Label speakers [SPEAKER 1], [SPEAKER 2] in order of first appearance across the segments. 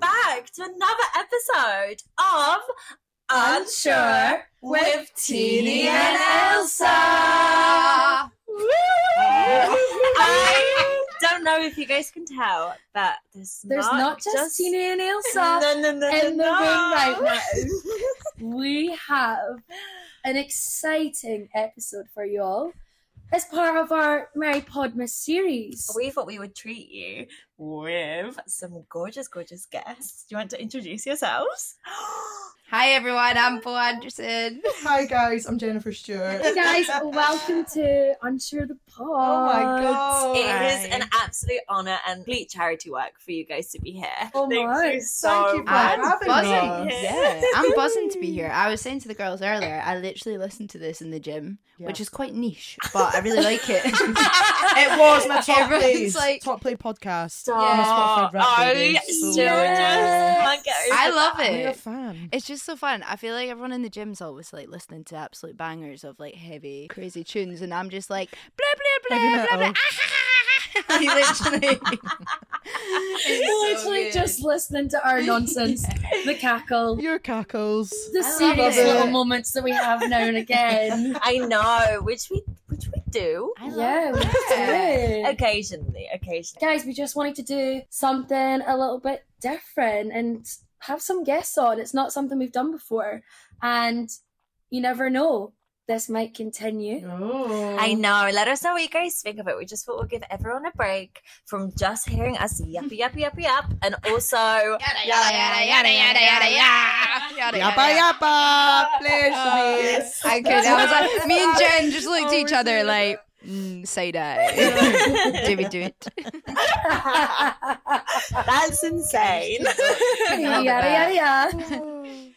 [SPEAKER 1] to another episode of
[SPEAKER 2] Unsure with Teeny and
[SPEAKER 1] Elsa.
[SPEAKER 2] I-
[SPEAKER 1] I don't know if you guys can tell, but there's,
[SPEAKER 2] There's not, just, Tina and Elsa
[SPEAKER 1] No, no, no, no,
[SPEAKER 2] in the room
[SPEAKER 1] no.
[SPEAKER 2] right now. we have an exciting episode for you all as part of our Mary Podmas series.
[SPEAKER 1] We thought we would treat you with some gorgeous, gorgeous guests. Do you want to introduce yourselves?
[SPEAKER 3] Hi everyone, I'm Paul Anderson.
[SPEAKER 4] Hi guys, I'm Jennifer Stewart.
[SPEAKER 2] Hey guys, welcome to Unsure the Pod.
[SPEAKER 4] Oh my god.
[SPEAKER 1] It is an absolute honor and complete charity work for you guys to be here.
[SPEAKER 2] Oh
[SPEAKER 1] Thank
[SPEAKER 2] my.
[SPEAKER 1] you
[SPEAKER 2] Thank
[SPEAKER 1] so
[SPEAKER 4] you for
[SPEAKER 1] much.
[SPEAKER 4] having
[SPEAKER 3] I'm buzzing.
[SPEAKER 4] us.
[SPEAKER 3] Yeah, I'm buzzing to be here. I was saying to the girls earlier, I literally listened to this in the gym, which is quite niche, but I really like it.
[SPEAKER 4] It was my top
[SPEAKER 3] Everyone's
[SPEAKER 4] plays.
[SPEAKER 3] like-
[SPEAKER 4] top play podcast.
[SPEAKER 1] Stop.
[SPEAKER 4] Spotify Wrapped
[SPEAKER 1] I
[SPEAKER 4] baby,
[SPEAKER 1] still
[SPEAKER 4] so-
[SPEAKER 1] just can't get over
[SPEAKER 3] I love
[SPEAKER 1] that.
[SPEAKER 4] We're a
[SPEAKER 3] it.
[SPEAKER 4] fan.
[SPEAKER 3] It's just so fun. I feel like everyone in the gym's always like listening to absolute bangers of like heavy, crazy tunes, and I'm just like blah blah
[SPEAKER 4] Heavy
[SPEAKER 3] blah blah blah.
[SPEAKER 4] metal.
[SPEAKER 3] literally, It's so
[SPEAKER 2] Literally
[SPEAKER 3] good.
[SPEAKER 2] just listening to our nonsense, the cackle,
[SPEAKER 4] Your cackles.
[SPEAKER 2] the
[SPEAKER 3] love
[SPEAKER 2] serious
[SPEAKER 4] it.
[SPEAKER 2] little moments that we have now and again.
[SPEAKER 1] I know, which we which we do
[SPEAKER 3] I love
[SPEAKER 2] yeah, we
[SPEAKER 3] it.
[SPEAKER 2] do.
[SPEAKER 1] occasionally. Occasionally.
[SPEAKER 2] Guys, we just wanted to do something a little bit different and have some guests on. It's not something we've done before. And you never know, this might continue.
[SPEAKER 4] Oh.
[SPEAKER 1] I know. Let us know what you guys think of it. We just thought we'll give everyone a break from just hearing us yap yap yap yap, and also
[SPEAKER 3] Yada yada yada yada yada yada yada. yada
[SPEAKER 4] Yappa yappa. Please.
[SPEAKER 3] Yes. Okay, that was like, me and Jen just looked at each other like, mm, say that. do we do it?
[SPEAKER 1] that's insane.
[SPEAKER 2] yada,
[SPEAKER 3] Love
[SPEAKER 2] yada,
[SPEAKER 3] that.
[SPEAKER 2] yada.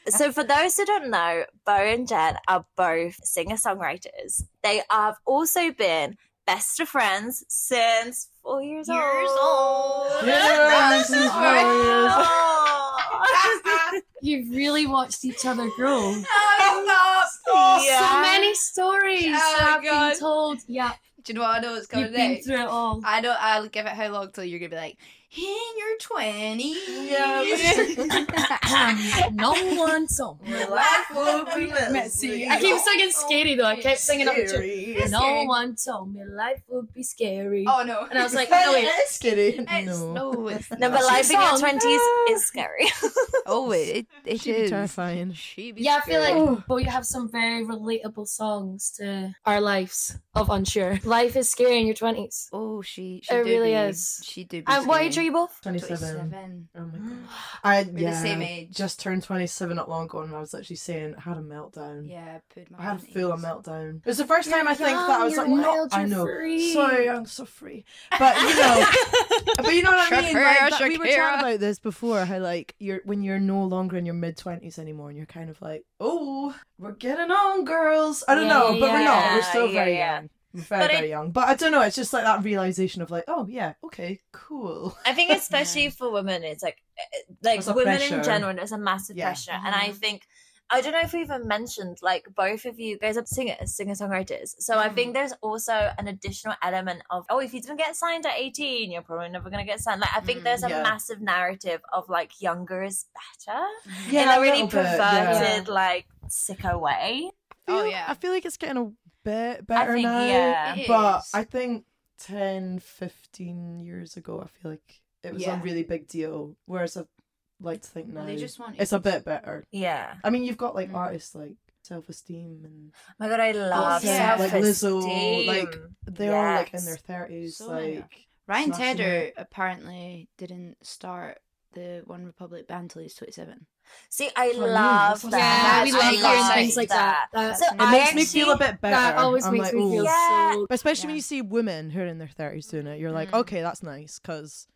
[SPEAKER 1] So, for those who don't know, Bo and Jen are both singer songwriters. They have also been best of friends since four years,
[SPEAKER 3] Years
[SPEAKER 1] old.
[SPEAKER 3] old.
[SPEAKER 4] Yeah,
[SPEAKER 3] this is
[SPEAKER 1] Four
[SPEAKER 3] four
[SPEAKER 4] years.
[SPEAKER 3] Oh,
[SPEAKER 1] old.
[SPEAKER 2] You've really watched each other grow. So
[SPEAKER 1] Yeah.
[SPEAKER 2] many stories
[SPEAKER 3] Oh my
[SPEAKER 2] have
[SPEAKER 3] God.
[SPEAKER 2] been told. Yeah,
[SPEAKER 3] Do you know what I know what's coming
[SPEAKER 2] you've been
[SPEAKER 3] next?
[SPEAKER 2] through it all.
[SPEAKER 3] I don't. I'll give it how long till you're gonna be like in your twenties.
[SPEAKER 2] no one so
[SPEAKER 3] Life will be
[SPEAKER 4] messy.
[SPEAKER 2] I keep singing scary though. I kept singing up to
[SPEAKER 4] Scary.
[SPEAKER 2] No
[SPEAKER 3] Scary.
[SPEAKER 2] one told me life would be scary.
[SPEAKER 3] Oh no!
[SPEAKER 2] And I was like, no, wait.
[SPEAKER 4] It's scary.
[SPEAKER 3] It's,
[SPEAKER 4] No.
[SPEAKER 3] no, it's
[SPEAKER 1] No, but
[SPEAKER 3] not.
[SPEAKER 1] life in your
[SPEAKER 2] Song.
[SPEAKER 1] twenties is scary.
[SPEAKER 3] Oh, it it,
[SPEAKER 4] She'd
[SPEAKER 3] it
[SPEAKER 4] be
[SPEAKER 3] is.
[SPEAKER 4] terrifying.
[SPEAKER 3] She be
[SPEAKER 2] Yeah, I feel
[SPEAKER 3] scary.
[SPEAKER 2] like but you have some very relatable songs to our lives of unsure. Life is scary in your twenties.
[SPEAKER 3] Oh, she. she
[SPEAKER 2] It
[SPEAKER 3] do
[SPEAKER 2] really
[SPEAKER 3] be-
[SPEAKER 2] is.
[SPEAKER 3] She do. Be
[SPEAKER 2] And what age are
[SPEAKER 3] scary.
[SPEAKER 2] you both?
[SPEAKER 3] 27.
[SPEAKER 4] Oh my god. I
[SPEAKER 3] the
[SPEAKER 4] yeah,
[SPEAKER 3] same age.
[SPEAKER 4] Just turned 27 not long ago and I was literally saying I had a meltdown.
[SPEAKER 3] Yeah, put my.
[SPEAKER 4] I had
[SPEAKER 3] panties.
[SPEAKER 4] full on meltdown. It was the 1st
[SPEAKER 2] You're
[SPEAKER 4] time I think
[SPEAKER 2] young,
[SPEAKER 4] that I was
[SPEAKER 2] "Oh, you're
[SPEAKER 4] like, no,
[SPEAKER 2] wild,
[SPEAKER 4] I
[SPEAKER 2] you're
[SPEAKER 4] know.
[SPEAKER 2] free.
[SPEAKER 4] Sorry, I'm so free. But you know, but you know what I mean.
[SPEAKER 3] Shakira,
[SPEAKER 4] Like, that, we were
[SPEAKER 3] Shakira.
[SPEAKER 4] chatting about this before. How like you're when you're no longer in your mid twenties anymore, and you're kind of like, oh, we're getting on, girls. I don't
[SPEAKER 2] Yeah,
[SPEAKER 4] know,
[SPEAKER 2] yeah,
[SPEAKER 4] but we're not. We're
[SPEAKER 1] yeah,
[SPEAKER 4] still
[SPEAKER 1] yeah,
[SPEAKER 4] very
[SPEAKER 1] yeah.
[SPEAKER 4] young. We're very
[SPEAKER 1] But I-
[SPEAKER 4] very young. But I don't know. It's just like that realization of like, oh yeah, okay, cool.
[SPEAKER 1] I think especially for women, it's like uh, like
[SPEAKER 4] There's a
[SPEAKER 1] women in
[SPEAKER 4] pressure.
[SPEAKER 1] general, there's a massive
[SPEAKER 4] Yeah.
[SPEAKER 1] pressure, and I
[SPEAKER 2] Mm-hmm.
[SPEAKER 1] think. I don't know if we even mentioned like both of you guys are singers, singer songwriters. So I
[SPEAKER 2] Mm.
[SPEAKER 1] think there's also an additional element of oh, if you didn't get signed at 18, you're probably never gonna get signed. Like I think
[SPEAKER 3] Mm,
[SPEAKER 1] there's a
[SPEAKER 4] yeah.
[SPEAKER 1] massive narrative of like younger is better
[SPEAKER 4] Yeah,
[SPEAKER 1] in a
[SPEAKER 4] a
[SPEAKER 1] really
[SPEAKER 4] little bit, yeah.
[SPEAKER 1] perverted like sicko way.
[SPEAKER 3] Oh,
[SPEAKER 4] feel-
[SPEAKER 3] yeah.
[SPEAKER 4] I feel like it's getting a bit better
[SPEAKER 1] think,
[SPEAKER 4] now.
[SPEAKER 1] yeah.
[SPEAKER 3] It
[SPEAKER 4] But
[SPEAKER 3] is.
[SPEAKER 4] I think 10, 15 years ago, I feel like it was
[SPEAKER 3] Yeah.
[SPEAKER 4] a really big deal. Whereas I like to think now
[SPEAKER 3] They just want
[SPEAKER 4] it's a bit better.
[SPEAKER 1] Yeah.
[SPEAKER 4] I mean, you've got like
[SPEAKER 3] Mm.
[SPEAKER 4] artists like Self Esteem and
[SPEAKER 1] My God, I love
[SPEAKER 3] yeah.
[SPEAKER 1] self
[SPEAKER 3] Like
[SPEAKER 4] Lizzo, like, they're all like in
[SPEAKER 1] Yes.
[SPEAKER 4] their thirties.
[SPEAKER 3] So many
[SPEAKER 4] like
[SPEAKER 3] Ryan
[SPEAKER 4] smashing
[SPEAKER 3] Tedder
[SPEAKER 4] it.
[SPEAKER 3] apparently didn't start the One Republic band till he was 27.
[SPEAKER 1] See, I
[SPEAKER 4] For me,
[SPEAKER 1] love
[SPEAKER 4] that's
[SPEAKER 1] that.
[SPEAKER 2] Yeah, we
[SPEAKER 3] That's
[SPEAKER 2] love
[SPEAKER 3] what I
[SPEAKER 2] hearing
[SPEAKER 3] like
[SPEAKER 2] things like that. That's
[SPEAKER 1] So
[SPEAKER 2] amazing.
[SPEAKER 4] It
[SPEAKER 1] I
[SPEAKER 4] makes me
[SPEAKER 1] actually-
[SPEAKER 4] feel a bit better.
[SPEAKER 2] that always
[SPEAKER 4] I'm
[SPEAKER 2] makes
[SPEAKER 4] like,
[SPEAKER 2] me
[SPEAKER 4] "Ooh."
[SPEAKER 2] feel
[SPEAKER 1] Yeah.
[SPEAKER 2] so
[SPEAKER 4] But especially when
[SPEAKER 3] Yeah.
[SPEAKER 4] you see women who are in their thirties doing it, you're like,
[SPEAKER 3] Mm.
[SPEAKER 4] okay, that's nice because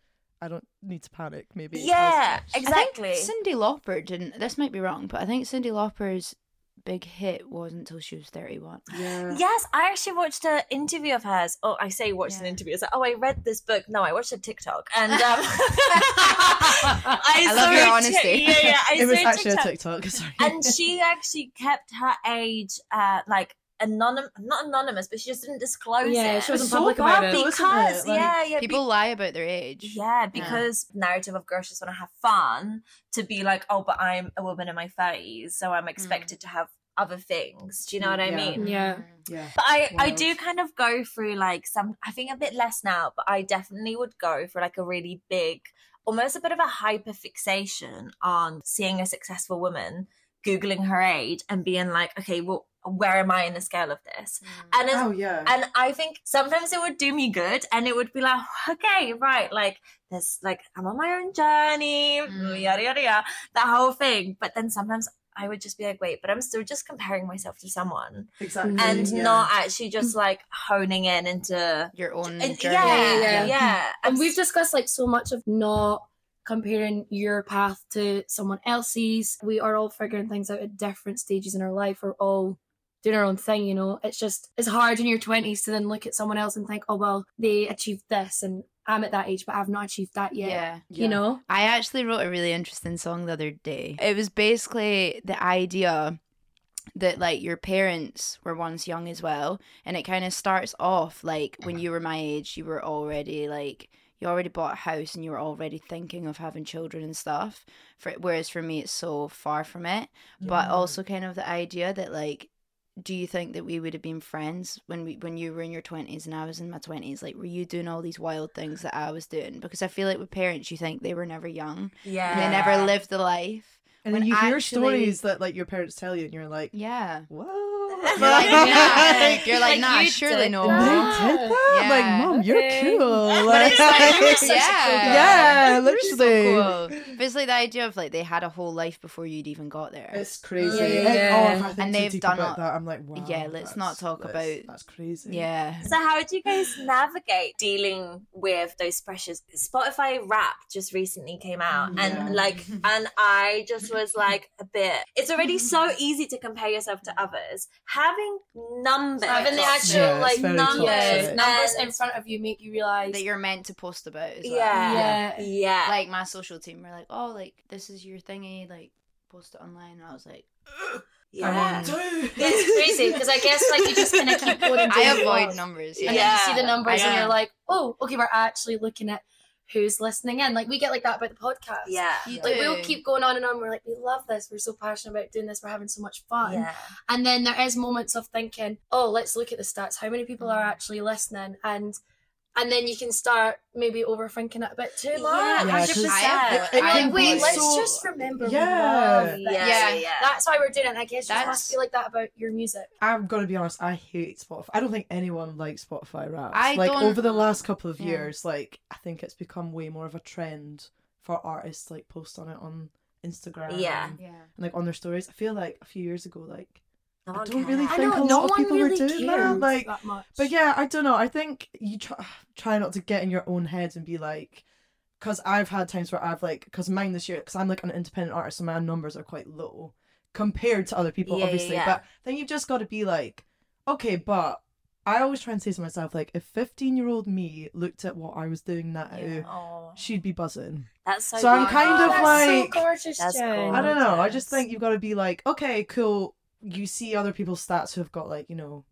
[SPEAKER 4] I don't need to panic. Maybe. as
[SPEAKER 1] Yeah,
[SPEAKER 4] much."
[SPEAKER 1] exactly.
[SPEAKER 3] I think Cindy Lauper didn't. This might be wrong, but I think Cindy Lauper's big hit wasn't until she was 31.
[SPEAKER 4] Yeah.
[SPEAKER 1] Yes, I actually watched an interview of hers. Oh, I say watched an
[SPEAKER 3] Yeah.
[SPEAKER 1] interview. It's like, oh, I read this book. No, I watched a TikTok, and um, I,
[SPEAKER 3] I love
[SPEAKER 1] saw
[SPEAKER 3] your
[SPEAKER 1] a
[SPEAKER 3] honesty.
[SPEAKER 1] Tik- yeah, yeah, I
[SPEAKER 4] It was
[SPEAKER 1] saw
[SPEAKER 4] actually
[SPEAKER 1] TikTok.
[SPEAKER 4] a TikTok. Sorry.
[SPEAKER 1] and she actually kept her age uh, like anonymous, not anonymous, but she just didn't disclose
[SPEAKER 2] Yeah,
[SPEAKER 1] it.
[SPEAKER 2] she wasn't
[SPEAKER 4] It's so
[SPEAKER 2] public about it.
[SPEAKER 4] bad though, isn't
[SPEAKER 1] because
[SPEAKER 4] it? Like,
[SPEAKER 1] yeah, yeah, be-
[SPEAKER 3] People lie about their age.
[SPEAKER 1] yeah, because narrative of girls just want to have fun to be like, oh, but I'm a woman in my thirties, so I'm expected to have other things. Do you know what I
[SPEAKER 4] Yeah.
[SPEAKER 1] mean?
[SPEAKER 2] Yeah.
[SPEAKER 4] yeah.
[SPEAKER 1] But I, I
[SPEAKER 4] Wild.
[SPEAKER 1] do kind of go through like some, I think a bit less now, but I definitely would go for like a really big, almost a bit of a hyper fixation on seeing a successful woman, Googling her age and being like, okay, well, where am I in the scale of this? And it's,
[SPEAKER 4] Oh yeah.
[SPEAKER 1] and I think sometimes it would do me good and it would be like, okay, right, like this, like I'm on my own journey,
[SPEAKER 3] Mm.
[SPEAKER 1] yada, yada, yada, that whole thing. But then sometimes I would just be like, wait, but I'm still just comparing myself to someone
[SPEAKER 4] exactly.
[SPEAKER 1] and
[SPEAKER 4] Mm, yeah.
[SPEAKER 1] not actually just like honing in into
[SPEAKER 3] Your own
[SPEAKER 1] and-
[SPEAKER 3] journey.
[SPEAKER 1] yeah,
[SPEAKER 2] Yeah.
[SPEAKER 1] yeah,
[SPEAKER 2] and we've discussed like so much of not comparing your path to someone else's we are all figuring things out at different stages in our life we're all doing our own thing you know it's just it's hard in your 20s to then look at someone else and think oh well they achieved this and i'm at that age but i've not achieved that yet
[SPEAKER 3] yeah.
[SPEAKER 2] you
[SPEAKER 4] Yeah.
[SPEAKER 2] know
[SPEAKER 3] I actually wrote a really interesting song the other day. It was basically the idea that like your parents were once young as well, and it kind of starts off like when you were my age, you were already like you already bought a house and you were already thinking of having children and stuff. For whereas for me, it's so far from it. But also kind of the idea that like. Do you think that we would have been friends when we when you were in your twenties and I was in my twenties? Like, were you doing all these wild things that I was doing? Because I feel like with parents, you think they were never young,
[SPEAKER 1] yeah,
[SPEAKER 3] and they never lived the life.
[SPEAKER 4] And then
[SPEAKER 3] when
[SPEAKER 4] you hear
[SPEAKER 3] actually-
[SPEAKER 4] stories that like your parents tell you, and you're like,
[SPEAKER 3] Yeah,
[SPEAKER 4] whoa.
[SPEAKER 3] you're like, nah,
[SPEAKER 1] Yeah.
[SPEAKER 3] you're like,
[SPEAKER 1] Like,
[SPEAKER 3] nah
[SPEAKER 1] you
[SPEAKER 3] surely
[SPEAKER 1] did
[SPEAKER 3] no.
[SPEAKER 4] They
[SPEAKER 2] Yeah.
[SPEAKER 4] did that? I'm
[SPEAKER 3] Yeah.
[SPEAKER 4] Like, mom, you're
[SPEAKER 2] Okay.
[SPEAKER 4] cool.
[SPEAKER 1] But it's like, you're such a cool
[SPEAKER 3] Yeah.
[SPEAKER 4] Yeah,
[SPEAKER 3] You're so
[SPEAKER 4] literally.
[SPEAKER 3] cool. But it's like the idea of like they had a whole life before you'd even got there.
[SPEAKER 4] It's crazy.
[SPEAKER 2] Yeah,
[SPEAKER 4] And-
[SPEAKER 2] yeah.
[SPEAKER 4] oh, if I think
[SPEAKER 3] And
[SPEAKER 4] too
[SPEAKER 3] they've
[SPEAKER 4] deep
[SPEAKER 3] done
[SPEAKER 4] about
[SPEAKER 3] it.
[SPEAKER 4] that. I'm like, wow.
[SPEAKER 3] Yeah, let's not
[SPEAKER 4] that's-
[SPEAKER 3] talk
[SPEAKER 4] that's-
[SPEAKER 3] about-
[SPEAKER 4] That's crazy.
[SPEAKER 3] yeah.
[SPEAKER 1] So how did you guys navigate dealing with those pressures? Spotify Rap just recently came out,
[SPEAKER 4] Mm, Yeah.
[SPEAKER 1] and like, and I just was like a bit. It's already so easy to compare yourself to others. Having numbers,
[SPEAKER 2] Having the actual,
[SPEAKER 4] Yeah, it's
[SPEAKER 1] like
[SPEAKER 4] very
[SPEAKER 1] numbers,
[SPEAKER 4] toxic.
[SPEAKER 2] yeah, numbers
[SPEAKER 1] and-
[SPEAKER 2] in front of you make you realize
[SPEAKER 3] That you're meant to post about as well.
[SPEAKER 1] yeah,
[SPEAKER 2] Yeah.
[SPEAKER 1] yeah,
[SPEAKER 3] Like my social team were like, oh, like this is your thingy, like post it online. And I was like,
[SPEAKER 1] yeah.
[SPEAKER 2] That's crazy, 'cause I guess, like, you just kinda keep going and
[SPEAKER 3] I
[SPEAKER 2] doing
[SPEAKER 3] avoid
[SPEAKER 2] what-
[SPEAKER 3] numbers.
[SPEAKER 1] Yeah.
[SPEAKER 3] Yeah.
[SPEAKER 2] and then you see the numbers and
[SPEAKER 1] Yeah.
[SPEAKER 2] you're like oh okay we're actually looking at who's listening in like we get like that about the podcast
[SPEAKER 1] yeah.
[SPEAKER 3] You
[SPEAKER 2] like we'll
[SPEAKER 3] do.
[SPEAKER 2] keep going on and on we're like we love this we're so passionate about doing this we're having so much fun
[SPEAKER 1] Yeah.
[SPEAKER 2] and then there is moments of thinking oh let's look at the stats how many people are actually listening and and then you can start maybe overthinking it a bit too much
[SPEAKER 1] Yeah,
[SPEAKER 4] Yeah,
[SPEAKER 1] 100%.
[SPEAKER 3] I-
[SPEAKER 2] and
[SPEAKER 3] I
[SPEAKER 2] you're like
[SPEAKER 3] am
[SPEAKER 2] wait
[SPEAKER 3] so-
[SPEAKER 2] let's just remember we
[SPEAKER 4] Yeah.
[SPEAKER 2] love this."
[SPEAKER 1] yeah,
[SPEAKER 3] Yeah.
[SPEAKER 1] yeah, yeah.
[SPEAKER 2] that's why we're doing it and i guess you just
[SPEAKER 3] That's-
[SPEAKER 2] must feel like that about your music
[SPEAKER 4] I'm gonna be honest. I hate Spotify. I don't think anyone likes Spotify raps.
[SPEAKER 3] I
[SPEAKER 4] like
[SPEAKER 3] don't-
[SPEAKER 4] over the last couple of
[SPEAKER 3] Yeah.
[SPEAKER 4] years, like I think it's become way more of a trend for artists to, like post on it on Instagram.
[SPEAKER 1] Yeah.
[SPEAKER 4] and,
[SPEAKER 3] Yeah.
[SPEAKER 4] like on their stories. I feel like a few years ago, like
[SPEAKER 1] No
[SPEAKER 4] I
[SPEAKER 1] one
[SPEAKER 4] don't really
[SPEAKER 1] cares.
[SPEAKER 2] i
[SPEAKER 4] think
[SPEAKER 2] know
[SPEAKER 4] a
[SPEAKER 2] no
[SPEAKER 4] lot of
[SPEAKER 2] one
[SPEAKER 4] people are
[SPEAKER 2] really
[SPEAKER 4] doing that,
[SPEAKER 2] cares
[SPEAKER 4] like-
[SPEAKER 2] that much
[SPEAKER 4] But yeah, I don't know. I think you try, try not to get in your own head and be like, because I've had times where I've like, because mine this year, because I'm like an independent artist, so my numbers are quite low compared to other people,
[SPEAKER 1] Yeah, yeah,
[SPEAKER 4] obviously.
[SPEAKER 1] yeah.
[SPEAKER 4] But then you've just got to be like, okay, but I always try and say to myself, like, if 15 year old me looked at what I was doing now,
[SPEAKER 3] Yeah.
[SPEAKER 1] Oh,
[SPEAKER 4] she'd be buzzing.
[SPEAKER 1] that's so.
[SPEAKER 4] So I'm
[SPEAKER 1] good.
[SPEAKER 4] kind
[SPEAKER 2] oh,
[SPEAKER 4] of
[SPEAKER 2] that's
[SPEAKER 4] like-
[SPEAKER 2] so gorgeous,
[SPEAKER 1] That's
[SPEAKER 2] Jen.
[SPEAKER 1] cool.
[SPEAKER 4] I don't know. I just
[SPEAKER 1] Yes.
[SPEAKER 4] think you've got to be like, okay, cool. You see other people's stats who have got like, you know,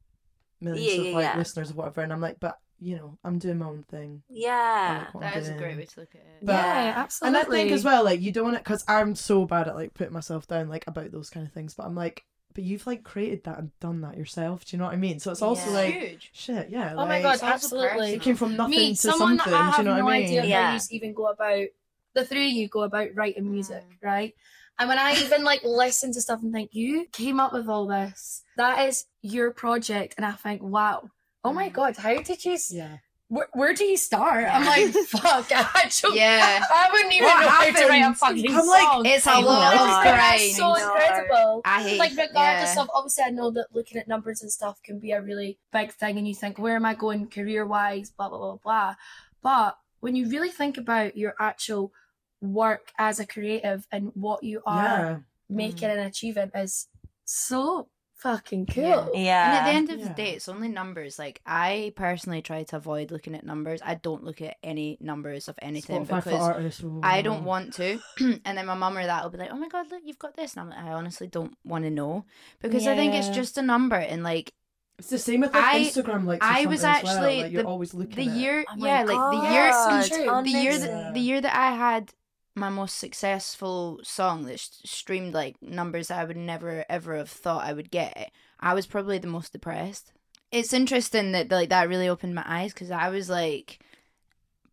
[SPEAKER 4] millions
[SPEAKER 1] Yeah,
[SPEAKER 4] of
[SPEAKER 1] yeah,
[SPEAKER 4] like
[SPEAKER 1] yeah.
[SPEAKER 4] listeners or whatever, and I'm like, but you know, I'm doing my own thing. I
[SPEAKER 1] Yeah.
[SPEAKER 4] like what I'm
[SPEAKER 3] That is a
[SPEAKER 4] doing.
[SPEAKER 3] great way to look at it.
[SPEAKER 4] But-
[SPEAKER 2] yeah
[SPEAKER 4] And
[SPEAKER 2] absolutely
[SPEAKER 4] I think as well, like you don't want it because I'm so bad at like putting myself down, like about those kind of things. But I'm like, but you've like created that and done that yourself. Do you know what I mean? So it's also
[SPEAKER 1] Yeah.
[SPEAKER 4] like
[SPEAKER 3] huge.
[SPEAKER 4] shit, yeah.
[SPEAKER 2] Oh my
[SPEAKER 4] like,
[SPEAKER 2] god,
[SPEAKER 3] it's also
[SPEAKER 2] absolutely.
[SPEAKER 4] It came from nothing
[SPEAKER 2] Me,
[SPEAKER 4] to
[SPEAKER 2] someone that
[SPEAKER 4] something. Do
[SPEAKER 2] I have
[SPEAKER 4] you know
[SPEAKER 2] no
[SPEAKER 4] what I mean?
[SPEAKER 2] idea how
[SPEAKER 1] Yeah.
[SPEAKER 2] you even go about the three of you go about writing music, right? And when I even like listen to stuff and think, you came up with all this. That is your project, and I think, wow, oh my
[SPEAKER 3] Mm.
[SPEAKER 2] god, how did you? s-
[SPEAKER 4] Yeah.
[SPEAKER 2] Where, where do you start? I'm
[SPEAKER 3] Yeah.
[SPEAKER 2] like, fuck, I don't.
[SPEAKER 3] Yeah.
[SPEAKER 2] I wouldn't even
[SPEAKER 4] What
[SPEAKER 2] know how to write a
[SPEAKER 4] happened?
[SPEAKER 2] fucking
[SPEAKER 4] I'm like,
[SPEAKER 2] song.
[SPEAKER 3] It's a
[SPEAKER 4] I
[SPEAKER 3] lot
[SPEAKER 4] know.
[SPEAKER 3] of
[SPEAKER 4] Like,
[SPEAKER 3] grind.
[SPEAKER 2] That's so
[SPEAKER 1] No.
[SPEAKER 2] incredible.
[SPEAKER 3] I hate
[SPEAKER 2] like regardless
[SPEAKER 3] yeah.
[SPEAKER 2] of obviously I know that looking at numbers and stuff can be a really big thing and you think where am I going career wise blah blah blah blah but when you really think about your actual work as a creative and what you are
[SPEAKER 4] Yeah.
[SPEAKER 2] making and achieving is so fucking cool
[SPEAKER 3] Yeah. And at the
[SPEAKER 1] Yeah.
[SPEAKER 3] end of the
[SPEAKER 4] Um, Yeah.
[SPEAKER 3] day, it's only numbers. Like I personally try to avoid looking at numbers. I don't look at any numbers of anything
[SPEAKER 4] Spotify for
[SPEAKER 3] because
[SPEAKER 4] artists, oh,
[SPEAKER 3] I don't
[SPEAKER 4] wow.
[SPEAKER 3] want to. and then my mum or that will be like, "Oh my god, look, you've got this," and I'm like, "I honestly don't want to know," because I think it's
[SPEAKER 2] Yeah.
[SPEAKER 3] just a number, and like
[SPEAKER 4] It's the same with like,
[SPEAKER 3] I-
[SPEAKER 4] Instagram likes. or
[SPEAKER 3] I was
[SPEAKER 4] something as well,
[SPEAKER 3] actually
[SPEAKER 4] like, you're
[SPEAKER 3] the-
[SPEAKER 4] always looking.
[SPEAKER 3] the
[SPEAKER 4] at it.
[SPEAKER 3] year
[SPEAKER 1] Oh my
[SPEAKER 3] yeah like the year
[SPEAKER 1] God,
[SPEAKER 2] It's untrue.
[SPEAKER 3] the year that
[SPEAKER 1] honestly.
[SPEAKER 3] the year that I had my most successful song that s- streamed like numbers that I would never ever have thought I would get, I was probably the most depressed. It's interesting that like that really opened my eyes because I was like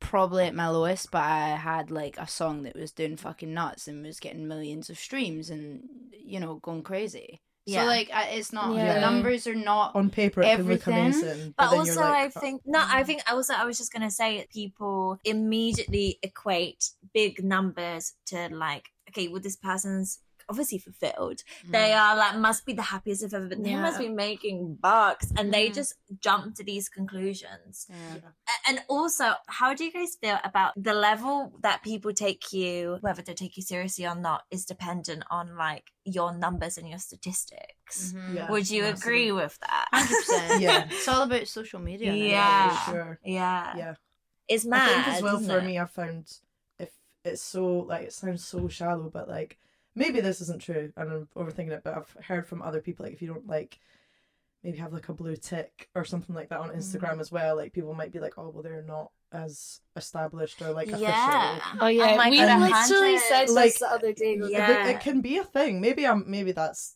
[SPEAKER 3] probably at my lowest, but I had like a song that was doing fucking nuts and was getting millions of streams and you know going crazy.
[SPEAKER 1] Yeah.
[SPEAKER 3] So like I, it's not
[SPEAKER 2] Yeah.
[SPEAKER 3] the numbers are not
[SPEAKER 4] on paper it can look
[SPEAKER 3] everything,
[SPEAKER 4] amazing,
[SPEAKER 1] But,
[SPEAKER 4] then
[SPEAKER 1] also,
[SPEAKER 4] you're like,
[SPEAKER 1] I
[SPEAKER 4] "Oh,
[SPEAKER 1] think no. I think also I was just gonna say that people immediately equate big numbers to like, okay, well, this person's obviously fulfilled.
[SPEAKER 4] Mm.
[SPEAKER 1] They
[SPEAKER 3] Mm-hmm.
[SPEAKER 1] are like must be the happiest they've ever been. They
[SPEAKER 2] Yeah.
[SPEAKER 1] must be making bucks, and they
[SPEAKER 3] Mhm.
[SPEAKER 1] just jump to these conclusions.
[SPEAKER 3] Yeah.
[SPEAKER 1] A- And also, how do you guys feel about the level that people take you, whether they take you seriously or not, is dependent on like your numbers and your statistics?
[SPEAKER 3] Mhm.
[SPEAKER 4] Mm-hmm. Yeah.
[SPEAKER 1] Would you agree
[SPEAKER 4] Absolutely.
[SPEAKER 1] with that?
[SPEAKER 3] 100%.
[SPEAKER 4] Yeah.
[SPEAKER 3] It's all about social media. now,
[SPEAKER 1] Yeah.
[SPEAKER 3] really.
[SPEAKER 4] for sure.
[SPEAKER 1] Yeah.
[SPEAKER 4] Yeah.
[SPEAKER 1] It's
[SPEAKER 4] I
[SPEAKER 1] mad.
[SPEAKER 4] think as well
[SPEAKER 1] isn't
[SPEAKER 4] for
[SPEAKER 1] it?
[SPEAKER 4] me, I found if it's so like it sounds so shallow, but like maybe this isn't true, and I'm overthinking it. But I've heard from other people like if you don't like maybe have like a blue tick or something like that on Instagram as well, like people might be like, oh well, they're not as established or like official.
[SPEAKER 1] yeah.
[SPEAKER 2] Oh yeah,
[SPEAKER 1] my
[SPEAKER 2] we
[SPEAKER 1] God,
[SPEAKER 2] literally
[SPEAKER 1] 100.
[SPEAKER 2] said
[SPEAKER 4] Like,
[SPEAKER 2] this the other day.
[SPEAKER 4] It-
[SPEAKER 2] wasn't
[SPEAKER 1] Yeah.
[SPEAKER 2] it?
[SPEAKER 4] It, can be a thing. Maybe I'm maybe that's